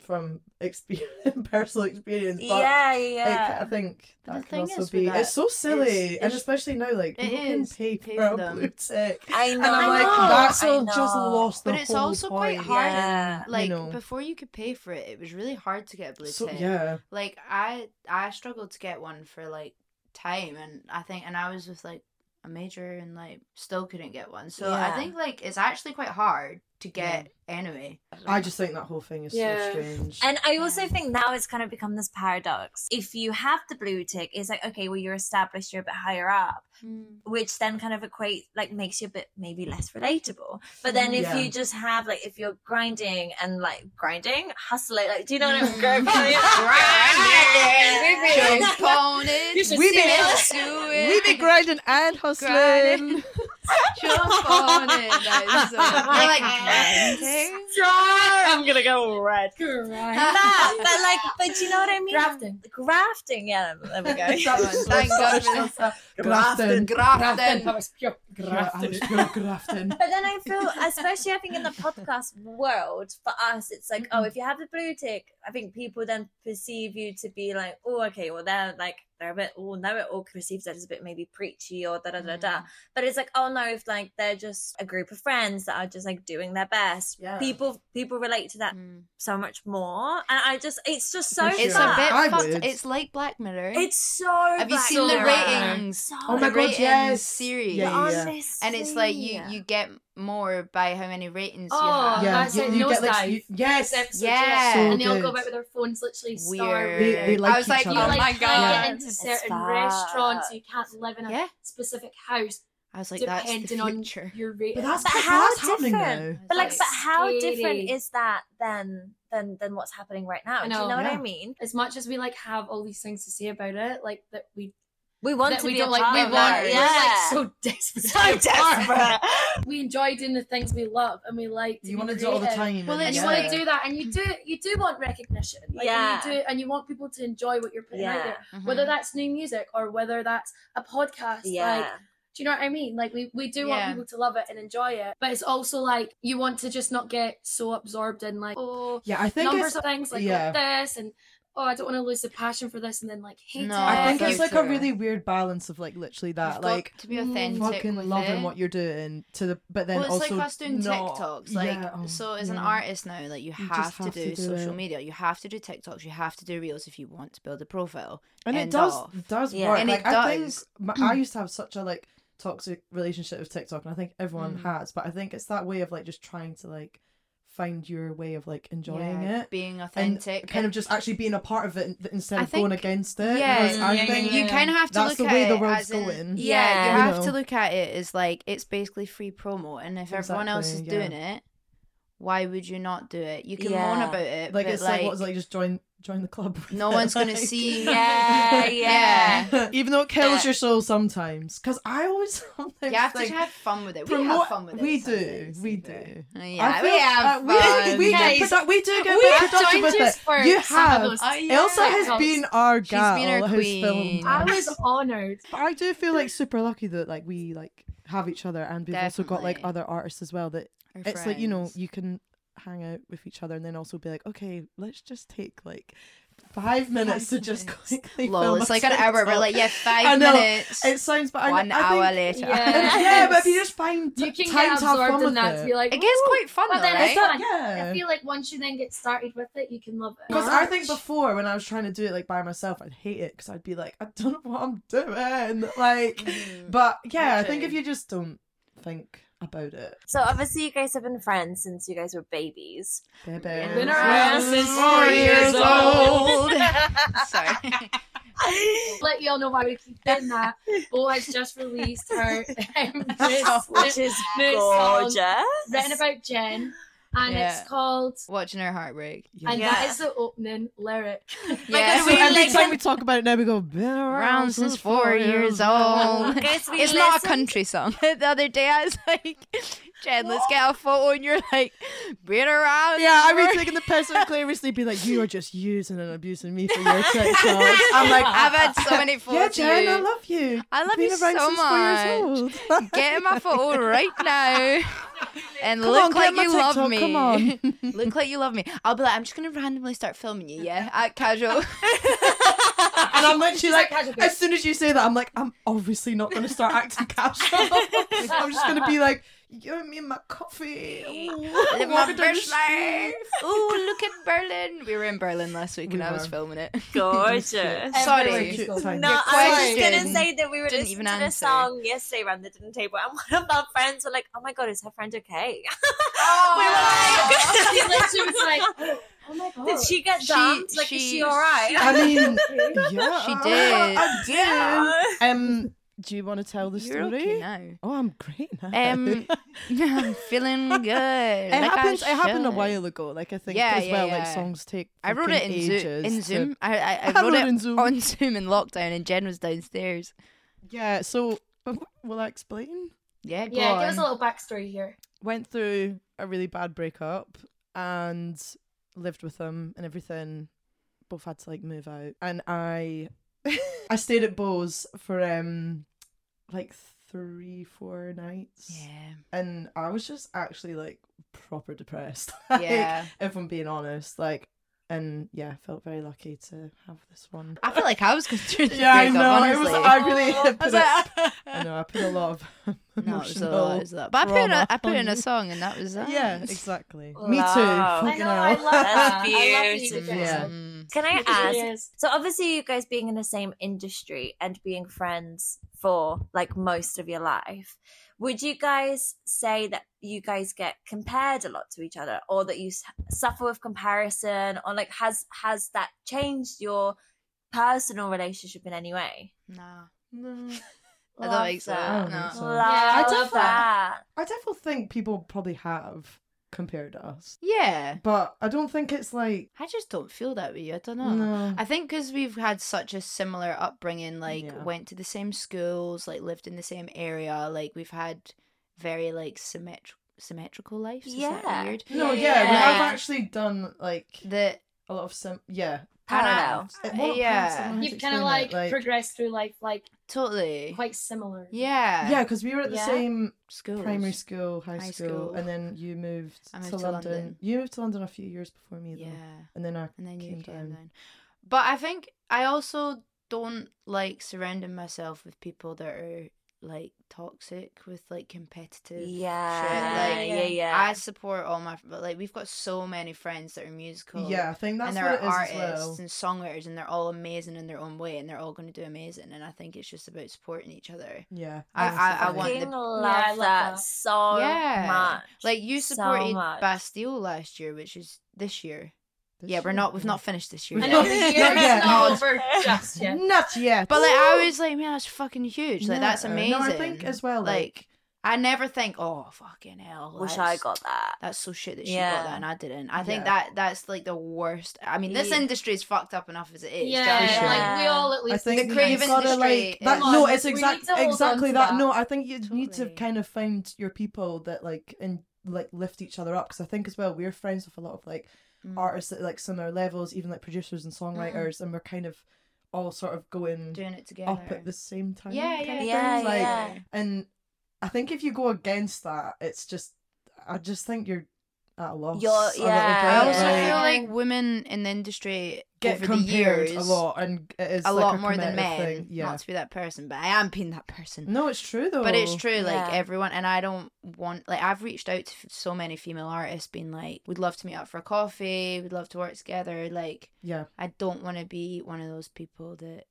[SPEAKER 4] from experience, personal experience. But
[SPEAKER 1] yeah,
[SPEAKER 4] Like, I
[SPEAKER 1] yeah.
[SPEAKER 4] think
[SPEAKER 3] But
[SPEAKER 4] that
[SPEAKER 3] the
[SPEAKER 4] can
[SPEAKER 3] thing
[SPEAKER 4] also
[SPEAKER 3] is with
[SPEAKER 4] be.
[SPEAKER 3] that,
[SPEAKER 4] It's so silly,
[SPEAKER 3] it's-
[SPEAKER 4] and
[SPEAKER 3] it's-
[SPEAKER 4] especially now, like
[SPEAKER 3] it
[SPEAKER 4] people can
[SPEAKER 3] is.
[SPEAKER 4] pay
[SPEAKER 3] Pay
[SPEAKER 4] for a
[SPEAKER 3] for them.
[SPEAKER 4] blue tick,
[SPEAKER 1] I know.
[SPEAKER 4] and I'm like,
[SPEAKER 2] know,
[SPEAKER 4] that's
[SPEAKER 1] I
[SPEAKER 4] all
[SPEAKER 1] know.
[SPEAKER 4] just lost. The
[SPEAKER 3] But it's
[SPEAKER 4] whole
[SPEAKER 3] also quite
[SPEAKER 4] point.
[SPEAKER 3] hard.
[SPEAKER 1] Yeah.
[SPEAKER 3] Like
[SPEAKER 4] know.
[SPEAKER 3] before you could pay for it, it was really hard to get a blue
[SPEAKER 4] So
[SPEAKER 3] tick.
[SPEAKER 4] yeah,
[SPEAKER 3] Like I I struggled to get one for like time and I think and I was with like a major and like still couldn't get one. So I
[SPEAKER 1] Yeah.
[SPEAKER 3] think like it's actually quite hard to get anyway.
[SPEAKER 4] I just think that whole thing is
[SPEAKER 2] Yeah.
[SPEAKER 4] so strange.
[SPEAKER 1] And I also
[SPEAKER 3] Yeah.
[SPEAKER 1] think now it's kind of become this paradox. If you have the blue tick, it's like, okay, well, you're established, you're a bit higher up,
[SPEAKER 3] mm.
[SPEAKER 1] which then kind of equates, like, makes you a bit maybe less relatable. But then if
[SPEAKER 4] Yeah.
[SPEAKER 1] you just have, like, if you're grinding and, like, grinding, hustling, like, do you know what I'm
[SPEAKER 3] Mm.
[SPEAKER 1] grinding?
[SPEAKER 3] Grinding,
[SPEAKER 1] Grinding.
[SPEAKER 3] postponing,
[SPEAKER 2] You should
[SPEAKER 4] We be-
[SPEAKER 3] pursuing.
[SPEAKER 4] we be grinding and hustling.
[SPEAKER 3] Grinding. Postponing, that is so- We're like grinding.
[SPEAKER 1] I'm gonna go red. No, but like, but do you know what I mean?
[SPEAKER 2] Grafting.
[SPEAKER 1] Grafting, yeah. There we go.
[SPEAKER 4] That's so
[SPEAKER 3] Thank God for this.
[SPEAKER 4] Grafting.
[SPEAKER 3] Grafting.
[SPEAKER 2] That was pure
[SPEAKER 4] Yeah, I
[SPEAKER 2] grafting.
[SPEAKER 4] was pure grafting.
[SPEAKER 1] But then I feel, especially I think in the podcast world, for us, it's like, oh, if you have the blue tick, I think people then perceive you to be like, oh, okay, well, they're like, they're a bit, oh, now it all perceives that as a bit maybe preachy or da da da
[SPEAKER 3] Mm.
[SPEAKER 1] da. But it's like, oh no, if like they're just a group of friends that are just like doing their best,
[SPEAKER 4] Yeah.
[SPEAKER 1] people people relate to that
[SPEAKER 3] Mm.
[SPEAKER 1] so much more. And I just, it's just so
[SPEAKER 4] For sure.
[SPEAKER 3] It's
[SPEAKER 1] fucked.
[SPEAKER 3] a bit
[SPEAKER 4] I
[SPEAKER 3] fucked.
[SPEAKER 4] would.
[SPEAKER 3] It's like Black Mirror.
[SPEAKER 1] It's so.
[SPEAKER 3] Have you
[SPEAKER 1] Black
[SPEAKER 3] seen the
[SPEAKER 1] Mirror.
[SPEAKER 3] ratings?
[SPEAKER 1] So
[SPEAKER 4] Oh my
[SPEAKER 3] the
[SPEAKER 4] God,
[SPEAKER 3] ratings
[SPEAKER 4] yes.
[SPEAKER 3] series.
[SPEAKER 4] Yeah, yeah, yeah.
[SPEAKER 3] And it's like you
[SPEAKER 1] Honestly.
[SPEAKER 3] you get more by how many ratings
[SPEAKER 2] Oh,
[SPEAKER 3] you
[SPEAKER 4] Yeah,
[SPEAKER 2] I
[SPEAKER 3] have.
[SPEAKER 2] said
[SPEAKER 4] you, you get like
[SPEAKER 2] nosedive.
[SPEAKER 4] you, yes.
[SPEAKER 2] episode,
[SPEAKER 3] Yeah. So
[SPEAKER 2] and they all go
[SPEAKER 4] good.
[SPEAKER 2] about with their phones literally
[SPEAKER 3] Weird.
[SPEAKER 2] starved.
[SPEAKER 4] They- they like
[SPEAKER 3] I was
[SPEAKER 4] each
[SPEAKER 3] like,
[SPEAKER 2] You
[SPEAKER 4] other.
[SPEAKER 3] oh
[SPEAKER 2] like
[SPEAKER 3] my
[SPEAKER 2] can't
[SPEAKER 3] god.
[SPEAKER 2] get into
[SPEAKER 1] It's
[SPEAKER 2] certain
[SPEAKER 1] fucked.
[SPEAKER 2] restaurants. You can't live in a
[SPEAKER 3] Yeah.
[SPEAKER 2] specific house
[SPEAKER 3] I was like, that's the
[SPEAKER 2] depending on
[SPEAKER 3] future.
[SPEAKER 2] your rate.
[SPEAKER 4] But that's,
[SPEAKER 1] But
[SPEAKER 4] that's
[SPEAKER 1] how
[SPEAKER 4] happening
[SPEAKER 1] different?
[SPEAKER 4] now.
[SPEAKER 1] But like,
[SPEAKER 3] Like,
[SPEAKER 1] but how different
[SPEAKER 2] scary.
[SPEAKER 1] is that than than than what's happening right now?
[SPEAKER 2] I
[SPEAKER 1] Do
[SPEAKER 2] know,
[SPEAKER 1] you know what I
[SPEAKER 4] yeah.
[SPEAKER 1] mean?
[SPEAKER 2] as much as we like have all these things to say about it, like that we
[SPEAKER 1] We want
[SPEAKER 2] that
[SPEAKER 1] to
[SPEAKER 2] we
[SPEAKER 1] be
[SPEAKER 2] don't
[SPEAKER 1] a
[SPEAKER 2] like,
[SPEAKER 1] part
[SPEAKER 2] we
[SPEAKER 1] of
[SPEAKER 2] want
[SPEAKER 1] that,
[SPEAKER 2] we're,
[SPEAKER 1] yeah.
[SPEAKER 2] like so desperate. to be
[SPEAKER 1] so
[SPEAKER 2] a part of it.
[SPEAKER 1] desperate.
[SPEAKER 2] We enjoy doing the things we love and we like. To
[SPEAKER 4] You
[SPEAKER 2] want to
[SPEAKER 4] do it all the time.
[SPEAKER 3] Well,
[SPEAKER 2] And
[SPEAKER 4] and
[SPEAKER 3] it's
[SPEAKER 2] you
[SPEAKER 4] yeah.
[SPEAKER 2] want to do that, and you do you do want recognition, like,
[SPEAKER 1] Yeah.
[SPEAKER 2] And you do, and you want people to enjoy what you're putting out
[SPEAKER 1] Yeah, Mm-hmm.
[SPEAKER 2] there,
[SPEAKER 3] Mm-hmm.
[SPEAKER 2] whether that's new music or whether that's a podcast. Like,
[SPEAKER 1] yeah.
[SPEAKER 2] do you know what I mean? Like we, we do
[SPEAKER 3] Yeah.
[SPEAKER 2] want people to love it and enjoy it, but it's also like you want to just not get so absorbed in like oh
[SPEAKER 4] Yeah, I think
[SPEAKER 2] numbers
[SPEAKER 4] it's.
[SPEAKER 2] of things like
[SPEAKER 4] yeah.
[SPEAKER 2] this and oh I don't want to lose the passion for this and then like hate
[SPEAKER 3] No,
[SPEAKER 2] it.
[SPEAKER 4] I think
[SPEAKER 3] Yeah,
[SPEAKER 4] it's
[SPEAKER 3] for
[SPEAKER 4] like a
[SPEAKER 3] sure.
[SPEAKER 4] really weird balance of like literally that
[SPEAKER 3] You've got
[SPEAKER 4] like
[SPEAKER 3] to be
[SPEAKER 2] mm,
[SPEAKER 3] authentic. with
[SPEAKER 4] fucking loving
[SPEAKER 3] it.
[SPEAKER 4] what you're doing to the but then
[SPEAKER 3] well, it's
[SPEAKER 4] also
[SPEAKER 3] like us doing
[SPEAKER 4] not,
[SPEAKER 3] TikToks. Like,
[SPEAKER 4] yeah, oh,
[SPEAKER 3] so as an
[SPEAKER 4] yeah.
[SPEAKER 3] artist now, like you
[SPEAKER 4] You
[SPEAKER 3] have,
[SPEAKER 4] just
[SPEAKER 3] to,
[SPEAKER 4] have
[SPEAKER 3] do
[SPEAKER 4] to do
[SPEAKER 3] social
[SPEAKER 4] it.
[SPEAKER 3] media, you have to do TikToks, you have to do reels if you want to build a profile.
[SPEAKER 4] and it
[SPEAKER 3] end
[SPEAKER 4] does
[SPEAKER 3] off.
[SPEAKER 4] does
[SPEAKER 1] Yeah.
[SPEAKER 4] work
[SPEAKER 3] And
[SPEAKER 4] like
[SPEAKER 3] it
[SPEAKER 4] i think
[SPEAKER 3] does.
[SPEAKER 4] my, i used to have such a like toxic relationship with tiktok and i think everyone
[SPEAKER 3] Mm.
[SPEAKER 4] has but i think it's that way of like just trying to like find your way of like enjoying
[SPEAKER 3] Yeah,
[SPEAKER 4] it
[SPEAKER 3] being
[SPEAKER 4] and
[SPEAKER 3] authentic,
[SPEAKER 4] kind of just actually being a part of it in- instead
[SPEAKER 3] I
[SPEAKER 4] of going
[SPEAKER 3] think-
[SPEAKER 4] against it
[SPEAKER 3] Yeah,
[SPEAKER 4] Whereas I
[SPEAKER 2] yeah,
[SPEAKER 4] think
[SPEAKER 2] yeah,
[SPEAKER 3] you kind of have to
[SPEAKER 4] that's
[SPEAKER 3] look
[SPEAKER 4] the way
[SPEAKER 3] at
[SPEAKER 4] the
[SPEAKER 3] it
[SPEAKER 4] world's
[SPEAKER 3] as in-
[SPEAKER 4] going.
[SPEAKER 3] Yeah,
[SPEAKER 1] Yeah.
[SPEAKER 3] you
[SPEAKER 4] You
[SPEAKER 3] have to
[SPEAKER 4] know.
[SPEAKER 3] look at it as like it's basically free promo, and if everyone else is
[SPEAKER 4] Exactly, yeah.
[SPEAKER 3] doing it, why would you not do it? You can moan
[SPEAKER 1] Yeah.
[SPEAKER 3] about it,
[SPEAKER 4] Like
[SPEAKER 3] but
[SPEAKER 4] it's like,
[SPEAKER 3] like,
[SPEAKER 4] what's like just join join the club. with
[SPEAKER 3] no
[SPEAKER 4] it,
[SPEAKER 3] one's gonna
[SPEAKER 4] like-
[SPEAKER 3] see.
[SPEAKER 1] Yeah, yeah.
[SPEAKER 4] Even though it kills your soul sometimes, because I always sometimes
[SPEAKER 3] You have
[SPEAKER 4] think-
[SPEAKER 3] to have fun with it. We
[SPEAKER 4] promote-
[SPEAKER 3] have fun with it.
[SPEAKER 4] we do,
[SPEAKER 3] sometimes,
[SPEAKER 4] we
[SPEAKER 3] to be fair. Uh,
[SPEAKER 4] I
[SPEAKER 3] Yeah,
[SPEAKER 4] feel-
[SPEAKER 3] we have
[SPEAKER 4] uh,
[SPEAKER 3] fun.
[SPEAKER 4] we, we,
[SPEAKER 2] Guys,
[SPEAKER 4] get produ- we do get
[SPEAKER 2] we
[SPEAKER 4] very
[SPEAKER 2] have
[SPEAKER 4] productive
[SPEAKER 2] joined
[SPEAKER 4] with
[SPEAKER 2] yous
[SPEAKER 4] it.
[SPEAKER 2] for
[SPEAKER 4] You
[SPEAKER 2] some of
[SPEAKER 4] have.
[SPEAKER 2] those
[SPEAKER 3] Oh, yeah.
[SPEAKER 4] Elsa
[SPEAKER 2] Yeah.
[SPEAKER 4] has been our
[SPEAKER 3] been
[SPEAKER 4] gal
[SPEAKER 3] our
[SPEAKER 4] who's
[SPEAKER 3] queen.
[SPEAKER 4] filmed.
[SPEAKER 2] I
[SPEAKER 4] us.
[SPEAKER 2] was honoured.
[SPEAKER 4] But I do feel like super lucky that like we like have each other, and we've also got like
[SPEAKER 3] Definitely.
[SPEAKER 4] other artists as well. That
[SPEAKER 3] Our
[SPEAKER 4] it's like you know
[SPEAKER 3] friends.
[SPEAKER 4] you can hang out with each other, and then also be like, okay, let's just take like five minutes to just
[SPEAKER 3] minutes.
[SPEAKER 4] quickly.
[SPEAKER 3] lol.
[SPEAKER 4] film
[SPEAKER 3] It's
[SPEAKER 4] a
[SPEAKER 3] like an hour. We're
[SPEAKER 4] TikTok.
[SPEAKER 3] like, yeah,
[SPEAKER 4] I
[SPEAKER 3] five
[SPEAKER 4] know.
[SPEAKER 3] minutes.
[SPEAKER 4] It sounds, but I-
[SPEAKER 3] one
[SPEAKER 4] I think-
[SPEAKER 3] hour later.
[SPEAKER 2] Yeah.
[SPEAKER 4] yeah, but if you just find
[SPEAKER 2] You can get
[SPEAKER 4] time to have fun
[SPEAKER 2] absorbed in
[SPEAKER 4] with
[SPEAKER 2] that to be
[SPEAKER 4] it.
[SPEAKER 2] like,
[SPEAKER 3] It gets
[SPEAKER 2] "Ooh."
[SPEAKER 3] quite fun
[SPEAKER 2] But
[SPEAKER 3] though,
[SPEAKER 2] then
[SPEAKER 3] right?
[SPEAKER 2] it's fun.
[SPEAKER 4] Yeah.
[SPEAKER 2] I feel like once you then get started with it, you can love it.
[SPEAKER 4] Because I think before when I was trying to do it like by myself, I'd hate it because I'd be like, I don't know what I'm doing. Like,
[SPEAKER 3] Mhm.
[SPEAKER 4] but yeah, I think
[SPEAKER 3] too.
[SPEAKER 4] if you just don't think about it,
[SPEAKER 1] So obviously you guys have been friends since you guys were babies.
[SPEAKER 4] baby.
[SPEAKER 3] Been
[SPEAKER 2] around since four years
[SPEAKER 3] old. Sorry.
[SPEAKER 2] let y'all know why we keep doing that. Bo has just released her um,
[SPEAKER 1] Which
[SPEAKER 2] new,
[SPEAKER 1] is
[SPEAKER 2] new
[SPEAKER 1] gorgeous.
[SPEAKER 2] song written about Jen, and
[SPEAKER 3] Yeah.
[SPEAKER 2] it's called.
[SPEAKER 3] Watching her heartbreak.
[SPEAKER 4] Yeah.
[SPEAKER 2] And
[SPEAKER 1] Yeah.
[SPEAKER 2] that is the opening lyric.
[SPEAKER 3] Yeah.
[SPEAKER 1] God,
[SPEAKER 4] So
[SPEAKER 1] we
[SPEAKER 4] every
[SPEAKER 1] like-
[SPEAKER 4] time we talk about it now, we go been around,
[SPEAKER 3] Around since four years old.
[SPEAKER 1] Guys, we
[SPEAKER 3] it's not a
[SPEAKER 1] listened-
[SPEAKER 3] country song. the other day I was like, Jen, let's get a photo, and you're like, been around.
[SPEAKER 4] Yeah, I've
[SPEAKER 3] for-
[SPEAKER 4] been taking the piss and seriously, be like, you are just using and abusing me for your TikToks. I'm like,
[SPEAKER 3] I've had so many
[SPEAKER 4] yeah,
[SPEAKER 3] photos.
[SPEAKER 4] Jen, I
[SPEAKER 3] of you.
[SPEAKER 4] love you.
[SPEAKER 3] I love
[SPEAKER 4] Been
[SPEAKER 3] you
[SPEAKER 4] around
[SPEAKER 3] so
[SPEAKER 4] since
[SPEAKER 3] much.
[SPEAKER 4] Four years old.
[SPEAKER 3] Get in my photo right now and
[SPEAKER 4] Come
[SPEAKER 3] look
[SPEAKER 4] on,
[SPEAKER 3] like
[SPEAKER 4] get on my
[SPEAKER 3] you love
[SPEAKER 4] TikTok,
[SPEAKER 3] me.
[SPEAKER 4] Come on.
[SPEAKER 3] look like you love me. I'll be like, I'm just gonna randomly start filming you, yeah, at casual.
[SPEAKER 4] And I'm literally like,
[SPEAKER 2] casual
[SPEAKER 4] as soon as you say that, I'm like, I'm obviously not going to start acting casual. I'm just going to be like, you and me and my coffee. Ooh,
[SPEAKER 3] Live my
[SPEAKER 4] walking down the
[SPEAKER 3] best
[SPEAKER 4] street.
[SPEAKER 3] life. Ooh, look at Berlin. We were in Berlin last week
[SPEAKER 4] We
[SPEAKER 3] and I was
[SPEAKER 4] were.
[SPEAKER 3] filming it.
[SPEAKER 1] Gorgeous.
[SPEAKER 3] Sorry.
[SPEAKER 4] Cute time.
[SPEAKER 1] No, I was just
[SPEAKER 3] question.
[SPEAKER 1] gonna say that we were
[SPEAKER 3] Didn't
[SPEAKER 1] listening
[SPEAKER 3] even
[SPEAKER 1] to this
[SPEAKER 3] answer.
[SPEAKER 1] song yesterday around the dinner table, and one of our friends were like, "Oh my god, is her friend okay?
[SPEAKER 4] Oh.
[SPEAKER 2] She literally was like, oh my god.
[SPEAKER 1] Did she get
[SPEAKER 3] She-
[SPEAKER 1] dumped? like, is
[SPEAKER 3] she-
[SPEAKER 1] she all right?"
[SPEAKER 4] I mean,
[SPEAKER 2] Okay.
[SPEAKER 4] yeah.
[SPEAKER 3] She did.
[SPEAKER 4] I did.
[SPEAKER 1] Yeah.
[SPEAKER 4] Um, do you want to tell the
[SPEAKER 3] You're
[SPEAKER 4] story?
[SPEAKER 3] okay now.
[SPEAKER 4] Oh, I'm great now.
[SPEAKER 3] Um, I'm feeling good.
[SPEAKER 4] it
[SPEAKER 3] It
[SPEAKER 4] happened. It happened a while ago. Like I think
[SPEAKER 3] Yeah,
[SPEAKER 4] as
[SPEAKER 3] yeah,
[SPEAKER 4] well. Like
[SPEAKER 3] yeah.
[SPEAKER 4] songs take.
[SPEAKER 3] I wrote it
[SPEAKER 4] fucking
[SPEAKER 3] in, Zo-
[SPEAKER 4] ages
[SPEAKER 3] in
[SPEAKER 4] to-
[SPEAKER 3] Zoom. I, I, I,
[SPEAKER 4] I
[SPEAKER 3] wrote, it
[SPEAKER 4] in Zoom.
[SPEAKER 3] on Zoom in lockdown, and Jen was downstairs.
[SPEAKER 4] Yeah. So will I explain?
[SPEAKER 3] Yeah, go
[SPEAKER 2] Yeah,
[SPEAKER 3] on.
[SPEAKER 2] give us a little backstory here.
[SPEAKER 4] went through a really bad breakup and lived with them and everything. Both had to like move out, and I I stayed at Bo's for um like three four nights,
[SPEAKER 3] yeah,
[SPEAKER 4] and I was just actually like proper depressed. like,
[SPEAKER 3] yeah.
[SPEAKER 4] if I'm being honest, like. And yeah, felt very lucky to have this one.
[SPEAKER 3] I feel like I was going through the
[SPEAKER 4] yeah, I
[SPEAKER 3] breakup,
[SPEAKER 4] know.
[SPEAKER 3] honestly.
[SPEAKER 4] It was. I really.
[SPEAKER 1] Oh,
[SPEAKER 4] put
[SPEAKER 3] I
[SPEAKER 4] it- I know. I put a lot of
[SPEAKER 3] no, it was a
[SPEAKER 4] emotional
[SPEAKER 3] lot. It was a lot. But I put, in a,
[SPEAKER 4] drama
[SPEAKER 3] I put in
[SPEAKER 4] on
[SPEAKER 3] a
[SPEAKER 4] you.
[SPEAKER 3] song, and that was that.
[SPEAKER 4] Yeah, exactly. Me too.
[SPEAKER 1] Wow.
[SPEAKER 4] Fucking
[SPEAKER 2] I know, I
[SPEAKER 4] hell.
[SPEAKER 2] love that.
[SPEAKER 1] That's
[SPEAKER 2] I love that you did
[SPEAKER 1] beautiful.
[SPEAKER 2] that.
[SPEAKER 4] Yeah.
[SPEAKER 3] Mm,
[SPEAKER 1] Can I ask?
[SPEAKER 2] It is.
[SPEAKER 1] So obviously, you guys being in the same industry and being friends for like most of your life, would you guys say that you guys get compared a lot to each other, or that you s- suffer with comparison, or like has has that changed your personal relationship in any way?
[SPEAKER 3] No,
[SPEAKER 4] No.
[SPEAKER 3] I
[SPEAKER 2] Love
[SPEAKER 3] don't think so.
[SPEAKER 2] that.
[SPEAKER 4] I don't
[SPEAKER 3] No.
[SPEAKER 4] think so.
[SPEAKER 1] Love
[SPEAKER 2] Yeah,
[SPEAKER 4] I
[SPEAKER 1] that.
[SPEAKER 4] love I definitely think people probably have compared us,
[SPEAKER 3] Yeah,
[SPEAKER 4] but I don't think it's like
[SPEAKER 3] I just don't feel that way. I don't know.
[SPEAKER 4] no.
[SPEAKER 3] I think because we've had such a similar upbringing, like
[SPEAKER 4] Yeah.
[SPEAKER 3] went to the same schools, like lived in the same area, like we've had very like symmetri- symmetrical lives. Is that
[SPEAKER 1] Yeah.
[SPEAKER 3] weird?
[SPEAKER 4] no, yeah,
[SPEAKER 2] Yeah.
[SPEAKER 4] we have
[SPEAKER 3] Yeah.
[SPEAKER 4] actually done like
[SPEAKER 3] The
[SPEAKER 4] a lot of sim. Yeah,
[SPEAKER 1] Parallel.
[SPEAKER 4] It- well,
[SPEAKER 3] Yeah.
[SPEAKER 4] perhaps someone has
[SPEAKER 2] You've kind of
[SPEAKER 4] explained
[SPEAKER 2] like,
[SPEAKER 4] it, like
[SPEAKER 2] progressed through life like
[SPEAKER 3] totally.
[SPEAKER 2] quite similar.
[SPEAKER 3] yeah.
[SPEAKER 4] yeah, because we were at the
[SPEAKER 2] Yeah.
[SPEAKER 4] same
[SPEAKER 3] Schools.
[SPEAKER 4] primary school, high,
[SPEAKER 3] High
[SPEAKER 4] school,
[SPEAKER 3] school.
[SPEAKER 4] and then you moved,
[SPEAKER 3] I moved
[SPEAKER 4] to,
[SPEAKER 3] to
[SPEAKER 4] London.
[SPEAKER 3] London.
[SPEAKER 4] You moved to London a few years before me, though,
[SPEAKER 3] Yeah.
[SPEAKER 4] and then I
[SPEAKER 3] And then you
[SPEAKER 4] came
[SPEAKER 3] came
[SPEAKER 4] down.
[SPEAKER 3] down. But I think I also don't like surrounding myself with people that are like toxic with like competitive
[SPEAKER 1] Yeah,
[SPEAKER 3] shit. Like
[SPEAKER 1] yeah, yeah.
[SPEAKER 3] I support all my but like we've got so many friends that are musical.
[SPEAKER 4] yeah, I think that's
[SPEAKER 3] and
[SPEAKER 4] what
[SPEAKER 3] there
[SPEAKER 4] it
[SPEAKER 3] are
[SPEAKER 4] is
[SPEAKER 3] artists
[SPEAKER 4] as well.
[SPEAKER 3] and songwriters and they're all amazing in their own way and they're all going to do amazing and i think it's just about supporting each other
[SPEAKER 4] Yeah,
[SPEAKER 3] I- I- I
[SPEAKER 4] honestly.
[SPEAKER 3] want
[SPEAKER 1] Fucking
[SPEAKER 3] the-
[SPEAKER 1] love,
[SPEAKER 2] Yeah, I love
[SPEAKER 1] that,
[SPEAKER 2] that.
[SPEAKER 1] so
[SPEAKER 3] Yeah.
[SPEAKER 1] much.
[SPEAKER 3] like you
[SPEAKER 1] So
[SPEAKER 3] supported
[SPEAKER 1] much.
[SPEAKER 3] bastille last year which is this year
[SPEAKER 4] This
[SPEAKER 3] yeah we're
[SPEAKER 4] year,
[SPEAKER 3] not we've
[SPEAKER 4] yeah.
[SPEAKER 3] not finished this year
[SPEAKER 2] I
[SPEAKER 4] We've
[SPEAKER 2] know
[SPEAKER 4] not-
[SPEAKER 2] the
[SPEAKER 4] Not
[SPEAKER 2] year is
[SPEAKER 4] yet.
[SPEAKER 2] not over just yet.
[SPEAKER 4] Not yet.
[SPEAKER 3] but like i was like man that's fucking huge like that's
[SPEAKER 4] No, No, I
[SPEAKER 3] amazing
[SPEAKER 4] think as well, like,
[SPEAKER 3] I never think, oh fucking hell.
[SPEAKER 1] Wish I
[SPEAKER 3] that's-
[SPEAKER 1] got that.
[SPEAKER 3] That's so shit that she got
[SPEAKER 1] Yeah.
[SPEAKER 3] that and I didn't. I think
[SPEAKER 4] Yeah.
[SPEAKER 3] that that's like the worst. I mean, this
[SPEAKER 1] Yeah.
[SPEAKER 3] industry is fucked up enough as it is. do you know what I
[SPEAKER 2] yeah,
[SPEAKER 3] mean?
[SPEAKER 4] sure.
[SPEAKER 2] like we all at
[SPEAKER 4] I
[SPEAKER 2] least
[SPEAKER 4] think
[SPEAKER 3] the
[SPEAKER 4] you've
[SPEAKER 3] craving
[SPEAKER 4] gotta,
[SPEAKER 3] industry
[SPEAKER 4] Like, that,
[SPEAKER 2] is-
[SPEAKER 4] no, it's
[SPEAKER 2] We need
[SPEAKER 4] exact,
[SPEAKER 2] to hold on
[SPEAKER 4] exactly
[SPEAKER 2] to
[SPEAKER 4] that.
[SPEAKER 2] that.
[SPEAKER 4] No, I think you need to
[SPEAKER 3] Totally.
[SPEAKER 4] kind of find your people that like and like lift each other up because I think as well we're friends with a lot of like
[SPEAKER 3] Mm. Mm-hmm.
[SPEAKER 4] artists at like similar levels, even like producers and songwriters, and we're kind of all sort of going
[SPEAKER 3] doing it together.
[SPEAKER 4] up at the same time.
[SPEAKER 3] yeah,
[SPEAKER 4] kind
[SPEAKER 3] yeah,
[SPEAKER 4] of
[SPEAKER 1] yeah,
[SPEAKER 4] thing, like,
[SPEAKER 1] yeah.
[SPEAKER 4] And I think if you go against that, it's just I just think you're at a loss.
[SPEAKER 1] You're-
[SPEAKER 4] a little
[SPEAKER 1] yeah,
[SPEAKER 3] I
[SPEAKER 4] bit,
[SPEAKER 3] also
[SPEAKER 4] like,
[SPEAKER 3] feel
[SPEAKER 2] Yeah.
[SPEAKER 3] like women in the industry
[SPEAKER 4] get
[SPEAKER 3] over the
[SPEAKER 4] compared
[SPEAKER 3] years
[SPEAKER 4] a lot, and it is
[SPEAKER 3] a
[SPEAKER 4] like
[SPEAKER 3] lot more than
[SPEAKER 4] combative
[SPEAKER 3] men.
[SPEAKER 4] Thing. Yeah.
[SPEAKER 3] Not to be that person, but I am being that person.
[SPEAKER 4] No, it's true though.
[SPEAKER 3] But it's true, like
[SPEAKER 1] Yeah.
[SPEAKER 3] everyone, and I don't want, like, I've reached out to f- so many female artists, being like, we'd love to meet up for coffee, we'd love to work together. Like,
[SPEAKER 4] Yeah.
[SPEAKER 3] I don't want to be one of those people that